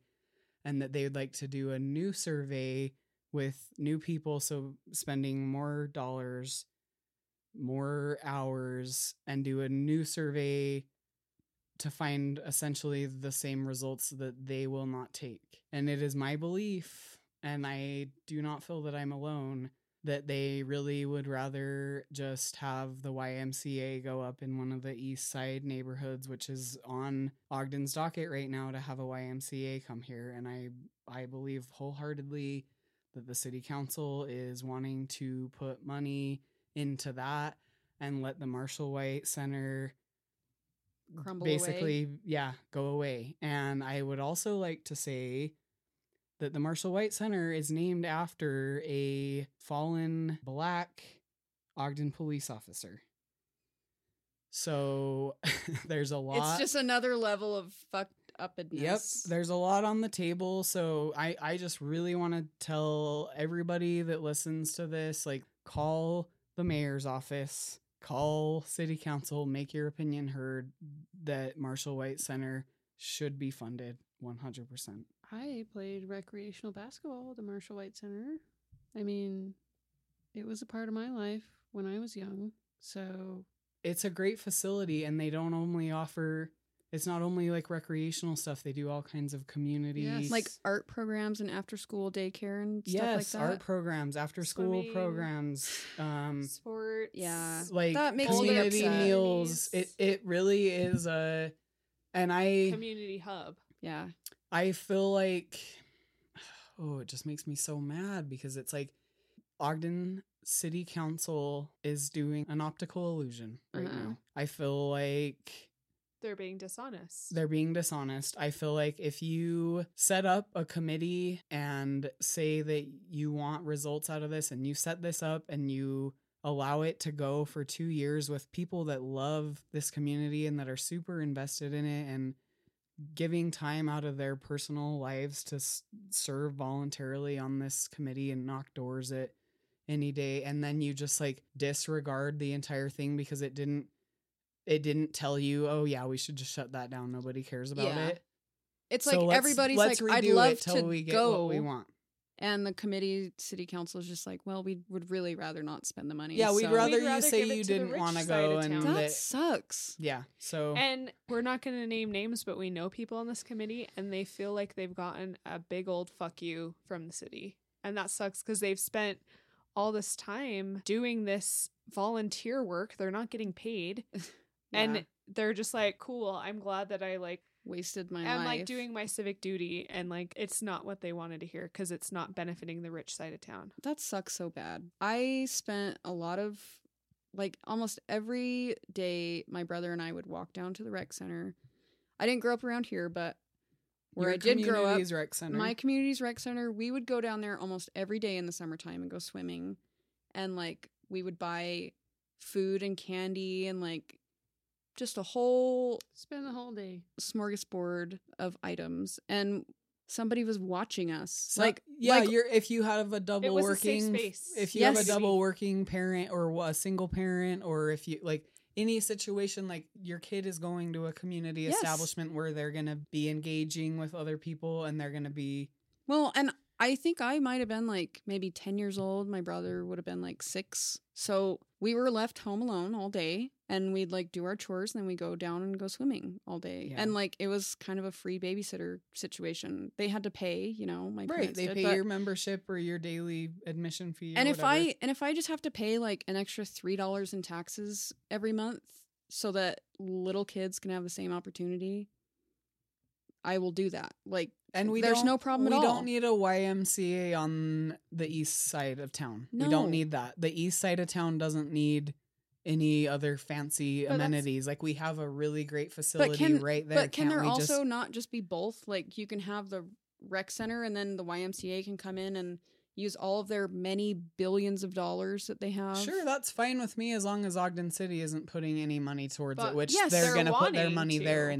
C: and that they'd like to do a new survey with new people so spending more dollars more hours and do a new survey to find essentially the same results that they will not take. And it is my belief, and I do not feel that I'm alone, that they really would rather just have the YMCA go up in one of the east side neighborhoods, which is on Ogden's docket right now to have a YMCA come here. And I I believe wholeheartedly that the city council is wanting to put money into that and let the Marshall White Center
B: Crumble away.
C: basically yeah go away and i would also like to say that the marshall white center is named after a fallen black ogden police officer so <laughs> there's a lot
B: It's just another level of fucked up and
C: Yep, there's a lot on the table, so I I just really want to tell everybody that listens to this like call the mayor's office, call city council, make your opinion heard that Marshall White Center should be funded 100%.
D: I played recreational basketball at the Marshall White Center. I mean, it was a part of my life when I was young. So
C: It's a great facility and they don't only offer it's not only like recreational stuff, they do all kinds of community
D: Yes.
B: like art programs and after school daycare and stuff
C: yes,
B: like that.
C: art programs, after school
E: Swimming.
C: programs,
B: Mm.
C: um
E: Sports.
B: Yeah.
C: like
B: That makes me
C: community
B: upset.
C: meals. It it really is a, and I
E: Community hub.
B: yeah.
C: I feel like, oh, it just makes me so mad because it's like Ogden City Council is doing an optical illusion right
B: Uh-uh.
C: now. I feel like
E: They're being dishonest.
C: they're being dishonest. I feel like if you set up a committee and say that you want results out of this and you set this up and you allow it to go for two years with people that love this community and that are super invested in it and giving time out of their personal lives to s- serve voluntarily on this committee and knock doors at any day and then you just like disregard the entire thing because it didn't it didn't tell you oh yeah we should just shut that down nobody cares about
B: Yeah.
C: it
B: It's
C: So
B: like
C: let's-
B: everybody's
C: let's
B: like, I'd
C: redo it
B: love
C: till
B: to
C: we get
B: go,
C: what we want
B: and the committee, city council is just like, well, we would really rather not spend the money.
C: yeah we'd
B: so-
C: rather
E: We'd
C: you
E: rather
C: say
E: give it
C: you
E: to the
C: didn't
E: rich
C: want to
E: side
C: go
E: of
C: and
E: town.
B: That
C: that,
B: sucks.
C: yeah so
E: And we're not going to name names, but we know people on this committee, and they feel like they've gotten a big old fuck you from the city. And that sucks because they've spent all this time doing this volunteer work. They're not
B: <laughs>
E: getting paid.
B: Yeah.
E: And they're just like, cool, I'm glad that I like
B: wasted my
E: am
B: life.
E: like doing my civic duty. And like, it's not what they wanted to hear because it's not benefiting the rich side of town.
B: That sucks so bad. I spent a lot of like almost every day my brother and I would walk down to the rec center. I didn't grow up around here, but where
C: your
B: I did grow up,
C: community's rec center
B: my community's rec center, we would go down there almost every day in the summertime and go swimming and like we would buy food and candy and like just a whole
D: Spend the whole day.
B: smorgasbord of items and somebody was watching us
C: So-
B: like
C: yeah,
B: like,
C: you're if you have a double
E: was a safe
C: working
E: space.
C: if you have
B: Yes.
C: a double working parent or a single parent or if you like any situation like your kid is going to a community
B: Yes.
C: establishment where they're going to be engaging with other people and they're going to be
B: well and i think i might have been like maybe 10 years old my brother would have been like 6 so we were left home alone all day and we'd like do our chores and then we go down and go swimming all day
C: Yeah.
B: and like it was kind of a free babysitter situation they had to pay you know my
C: right
B: parents
C: they
B: did,
C: pay
B: but-
C: your membership or your daily admission fee or
B: and if
C: whatever.
B: i and if i just have to pay like an extra three dollars in taxes every month so that little kids can have the same opportunity i will do that like
C: and we
B: there's
C: don't-
B: no problem at
C: we
B: all.
C: don't need a YMCA on the east side of town. We
B: No.
C: don't need that. The east side of town doesn't need any other fancy
E: But that's-
C: amenities. Like we have a really great facility
B: can-
C: right there.
B: but can
C: Can't
B: there
C: we
B: also
C: just,
B: not just be both like you can have the rec center and then the ymca can come in and use all of their many billions of dollars that they have
C: Sure, that's fine with me as long as Ogden City isn't putting any money towards
E: But-
C: it, which
B: yes,
C: they're,
E: they're
C: gonna put their
E: wanting
C: money
E: to.
C: there
E: But
B: why?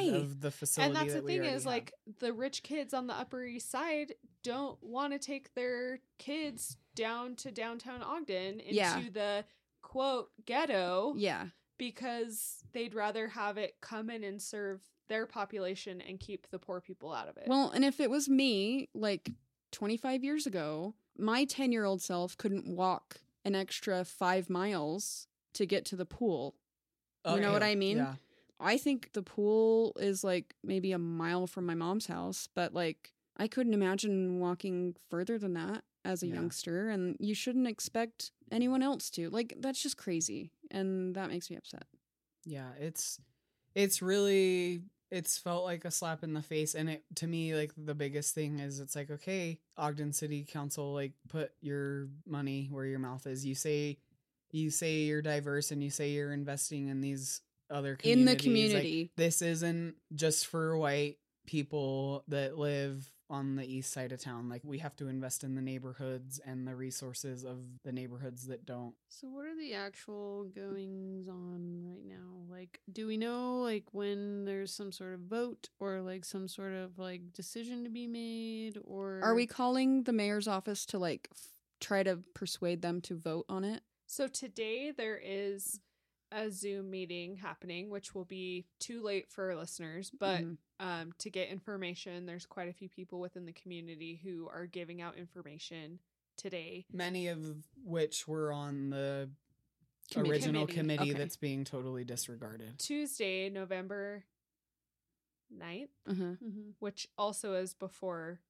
C: instead of the facility.
E: and that's the
C: that we
E: thing
C: already
E: is
C: have.
E: like the rich kids on the upper east side don't want to take their kids down to downtown ogden into
B: Yeah.
E: the quote ghetto
B: yeah
E: because they'd rather have it come in and serve their population and keep the poor people out of it
B: well and if it was me like 25 years ago my 10 year old self couldn't walk an extra five miles to get to the pool you know what
C: Uphill.
B: I mean?
C: Oh, Yeah.
B: I think the pool is like maybe a mile from my mom's house, but like I couldn't imagine walking further than that as a
C: Yeah.
B: youngster, and you shouldn't expect anyone else to. Like that's just crazy, and that makes me upset.
C: Yeah, it's it's really it's felt like a slap in the face and it to me like the biggest thing is it's like okay, Ogden City Council like put your money where your mouth is. You say you say you're diverse and you say you're investing in these other
B: In
C: communities.
B: the
C: Like,
B: community,
C: this isn't just for white people that live on the east side of town. Like we have to invest in the neighborhoods and the resources of the neighborhoods that don't.
D: So what are the actual goings on right now? Like do we know like when there's some sort of vote or like some sort of like decision to be made or
B: are we calling the mayor's office to like f- try to persuade them to vote on it?
E: So today there is a Zoom meeting happening, which will be too late for our listeners, but
B: Mhm.
C: Mm-hmm.
E: um, to get information, there's quite a few people within the community who are giving out information today.
C: Many of which were on the
B: Committee.
C: original
E: Committee.
C: committee
B: Okay.
C: that's being totally disregarded.
E: Tuesday, November 9th,
B: uh-huh,
D: Mhm,
E: which also is before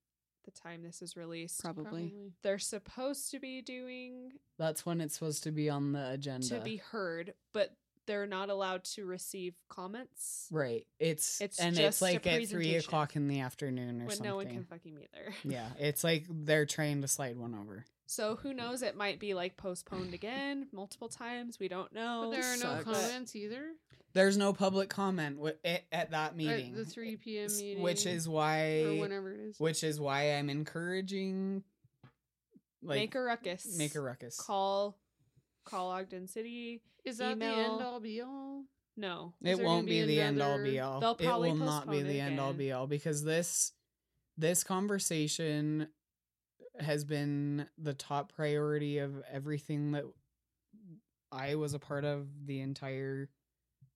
E: the time this is released.
B: probably.
E: They're supposed to be doing
C: That's when it's supposed to be on the agenda.
E: to be heard, but they're not allowed to receive comments
C: right. It's,
E: It's
C: and
E: just
C: it's
E: a
C: like at three
E: presentation.
C: o'clock in the afternoon or
E: when
C: something.
E: no one can fucking be there. <laughs>
C: yeah, it's like they're trying to slide one over.
E: So who knows? It might be like postponed again multiple times. We don't know.
D: But there are no
B: sucks.
D: comments either.
C: There's no public comment wi- at, at that meeting.
D: At the 3 p.m.
C: S-
D: meeting
C: which is
D: or
C: why
D: whenever it is.
C: which is why I'm encouraging like
E: make a ruckus.
C: make a ruckus.
E: Call, call Ogden City.
D: Is that the
E: email-
D: end all be all?
E: No,
D: there
C: It
D: gonna
C: won't
D: be
C: be, the end all
D: another-
C: be all.
E: They'll
C: It
E: probably
C: will not be
E: postpone it
C: the end all
E: again.
C: be all because this this conversation has been the top priority of everything that I was a part of the entire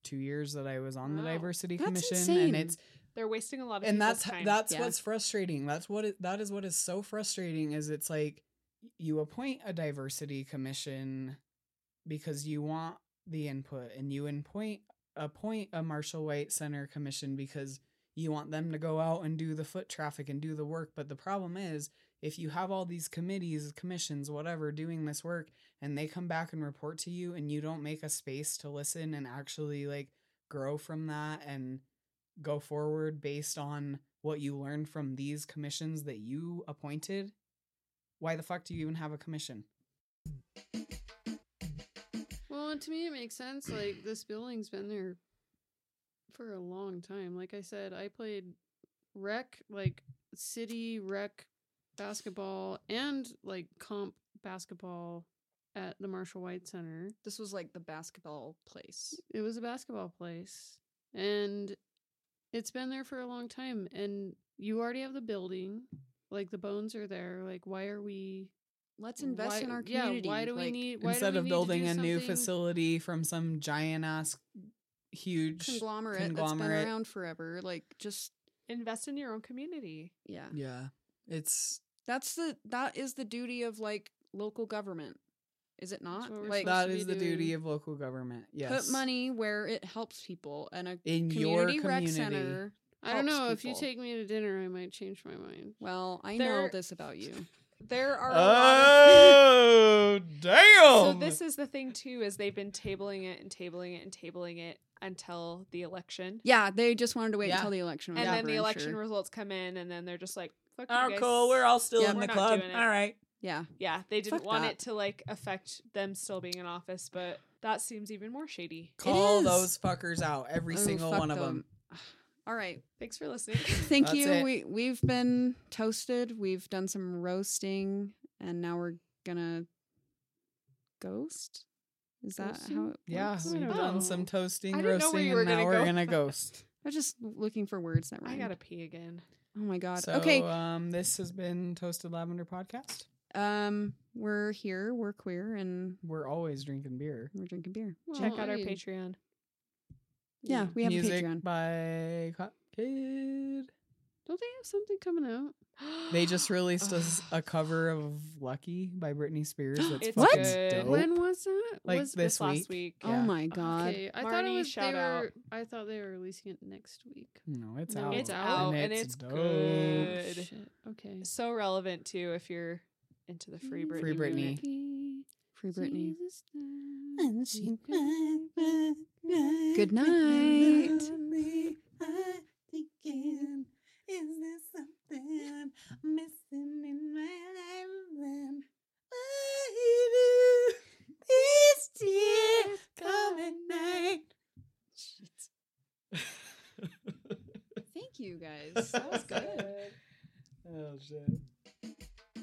C: two years that I was on the
E: Wow.
C: diversity
B: That's
C: commission,
B: insane.
C: and it's
E: they're wasting a lot of.
C: and
E: people's
C: that's
E: time.
C: that's
B: Yeah.
C: what's frustrating that's what it, that is what is so frustrating is it's like you appoint a diversity commission because you want the input and you appoint appoint a marshall white center commission because you want them to go out and do the foot traffic and do the work but the problem is if you have all these committees commissions whatever doing this work and they come back and report to you and you don't make a space to listen and actually like grow from that and go forward based on what you learned from these commissions that you appointed, why the fuck do you even have a commission?
D: Well, and to me, it makes sense. Like this building's been there for a long time. Like I said, I played rec, like city rec basketball, and like comp basketball at the Marshall White Center.
B: This was like the basketball place.
D: It was a basketball place. And it's been there for a long time. And you already have the building. Like the bones are there. Like why are we
B: Let's invest in
D: why-
B: our community.
D: Yeah, why do we
B: like,
D: need why do
C: Instead
D: we
C: of
D: need to
C: building
D: do
C: a new
D: something-
C: facility from some giant ass huge
B: conglomerate, that's
C: conglomerate.
B: been around forever? Like just
E: Invest in your own community.
B: yeah.
C: Yeah. It's
B: That's the that is the duty of like local government. Is it not?
D: what we're
B: Like
C: that
D: supposed to
C: is
D: be
C: the duty
D: doing-
C: of local government. Yes.
B: put money where it helps people and a
C: in
B: community,
C: your
B: rec
C: community.
B: center.
D: I don't
B: helps
D: know. If you
B: people.
D: take me to dinner I might change my mind.
B: Well, I know
E: There-
B: this about
E: <laughs>
B: you.
E: There are a lot of
C: Oh
E: So
C: damn.
E: this is the thing too is they've been tabling it and tabling it and tabling it until the election.
B: Yeah, they just wanted to wait
C: Yeah.
B: until the election. was
E: and then
B: over,
E: the
B: I'm
E: election
B: sure.
E: results come in and then they're just like fuck you
C: Oh,
E: guys.
C: cool. We're all still
B: Yeah,
C: in
E: we're
C: the
E: not
C: club.
E: doing it.
C: All right.
B: yeah,
E: Yeah, they didn't
B: Fuck
E: want
B: that.
E: it to like affect them still being in office, but that seems even more shady.
C: Call
B: is.
C: those fuckers out. Every
B: Oh,
C: single
B: fuck
C: one of them.
B: <sighs> All
C: <laughs>
B: right,
E: Thanks for listening.
B: thank
C: That's
B: you.
C: it.
B: We we've been toasted. We've done some roasting, and now we're gonna ghost. Is that how?
D: Ghosting?
B: It
C: Yeah,
B: works?
D: I
C: we've
D: don't
C: done
D: know.
C: some toasting,
E: I didn't know where
C: roasting,
E: you were
C: and now
E: gonna
C: we're
E: go.
C: gonna ghost.
B: I was just looking for words that
E: I
B: rhymed.
E: gotta pee again.
B: Oh my god.
C: So,
B: okay.
C: um, this has been Toasted Lavender Podcast.
B: Um, we're here. We're queer, and
C: We're always drinking beer.
B: we're drinking beer.
E: Check
D: Well,
E: out
D: I
E: our
D: mean,
E: Patreon.
B: Yeah, we have
C: Music
B: a Patreon.
C: by Cop Kid.
D: Don't they have something coming out?
C: They just released a, s- a cover of Lucky by Britney Spears. That's
E: It's
C: fucking
E: good.
C: dope.
D: When was that?
C: Like
D: was
C: this, week.
E: last week.
B: Oh
C: Yeah.
B: my god.
D: Okay, I thought it
E: Marnie,
D: was
E: shout
D: they
E: out.
D: were, I thought they were releasing it next week.
C: No, it's
D: No,
C: out.
E: It's
D: Oh.
E: out and it's, good.
D: Oh, shit. Okay.
E: So relevant too if you're into the free
D: Mm-hmm.
E: Britney.
C: Free Britney.
E: movement.
B: Free Britney.
D: Jesus died.
A: And she went back
B: Good
A: and
B: night.
A: lonely, I'm thinking, is there something missing in my life? And why do these tears come at night?
B: Thank you guys. <laughs> That was good.
C: oh shit.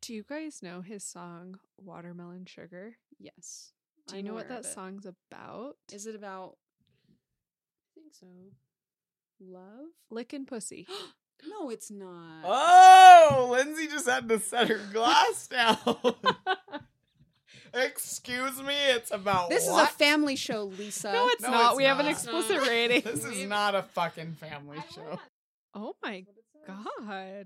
E: Do you guys know his song Watermelon Sugar?
B: yes.
E: Do you
B: I'm
E: know what
B: aware of
E: that
B: it.
E: song's about?
B: Is it about
D: I think so.
B: love?
E: Lickin' Pussy.
B: No, it's not.
C: Oh, Lindsay just had to set her glass down. <laughs> Excuse me, it's about
B: This is
C: is
B: a family show, <laughs> Lisa.
E: <gasps> no, it's
C: No,
E: not.
C: it's
E: we have an
C: not.
E: <laughs> explicit
D: It's not.
E: rating.
C: This is not a fucking family show.
E: Oh my god.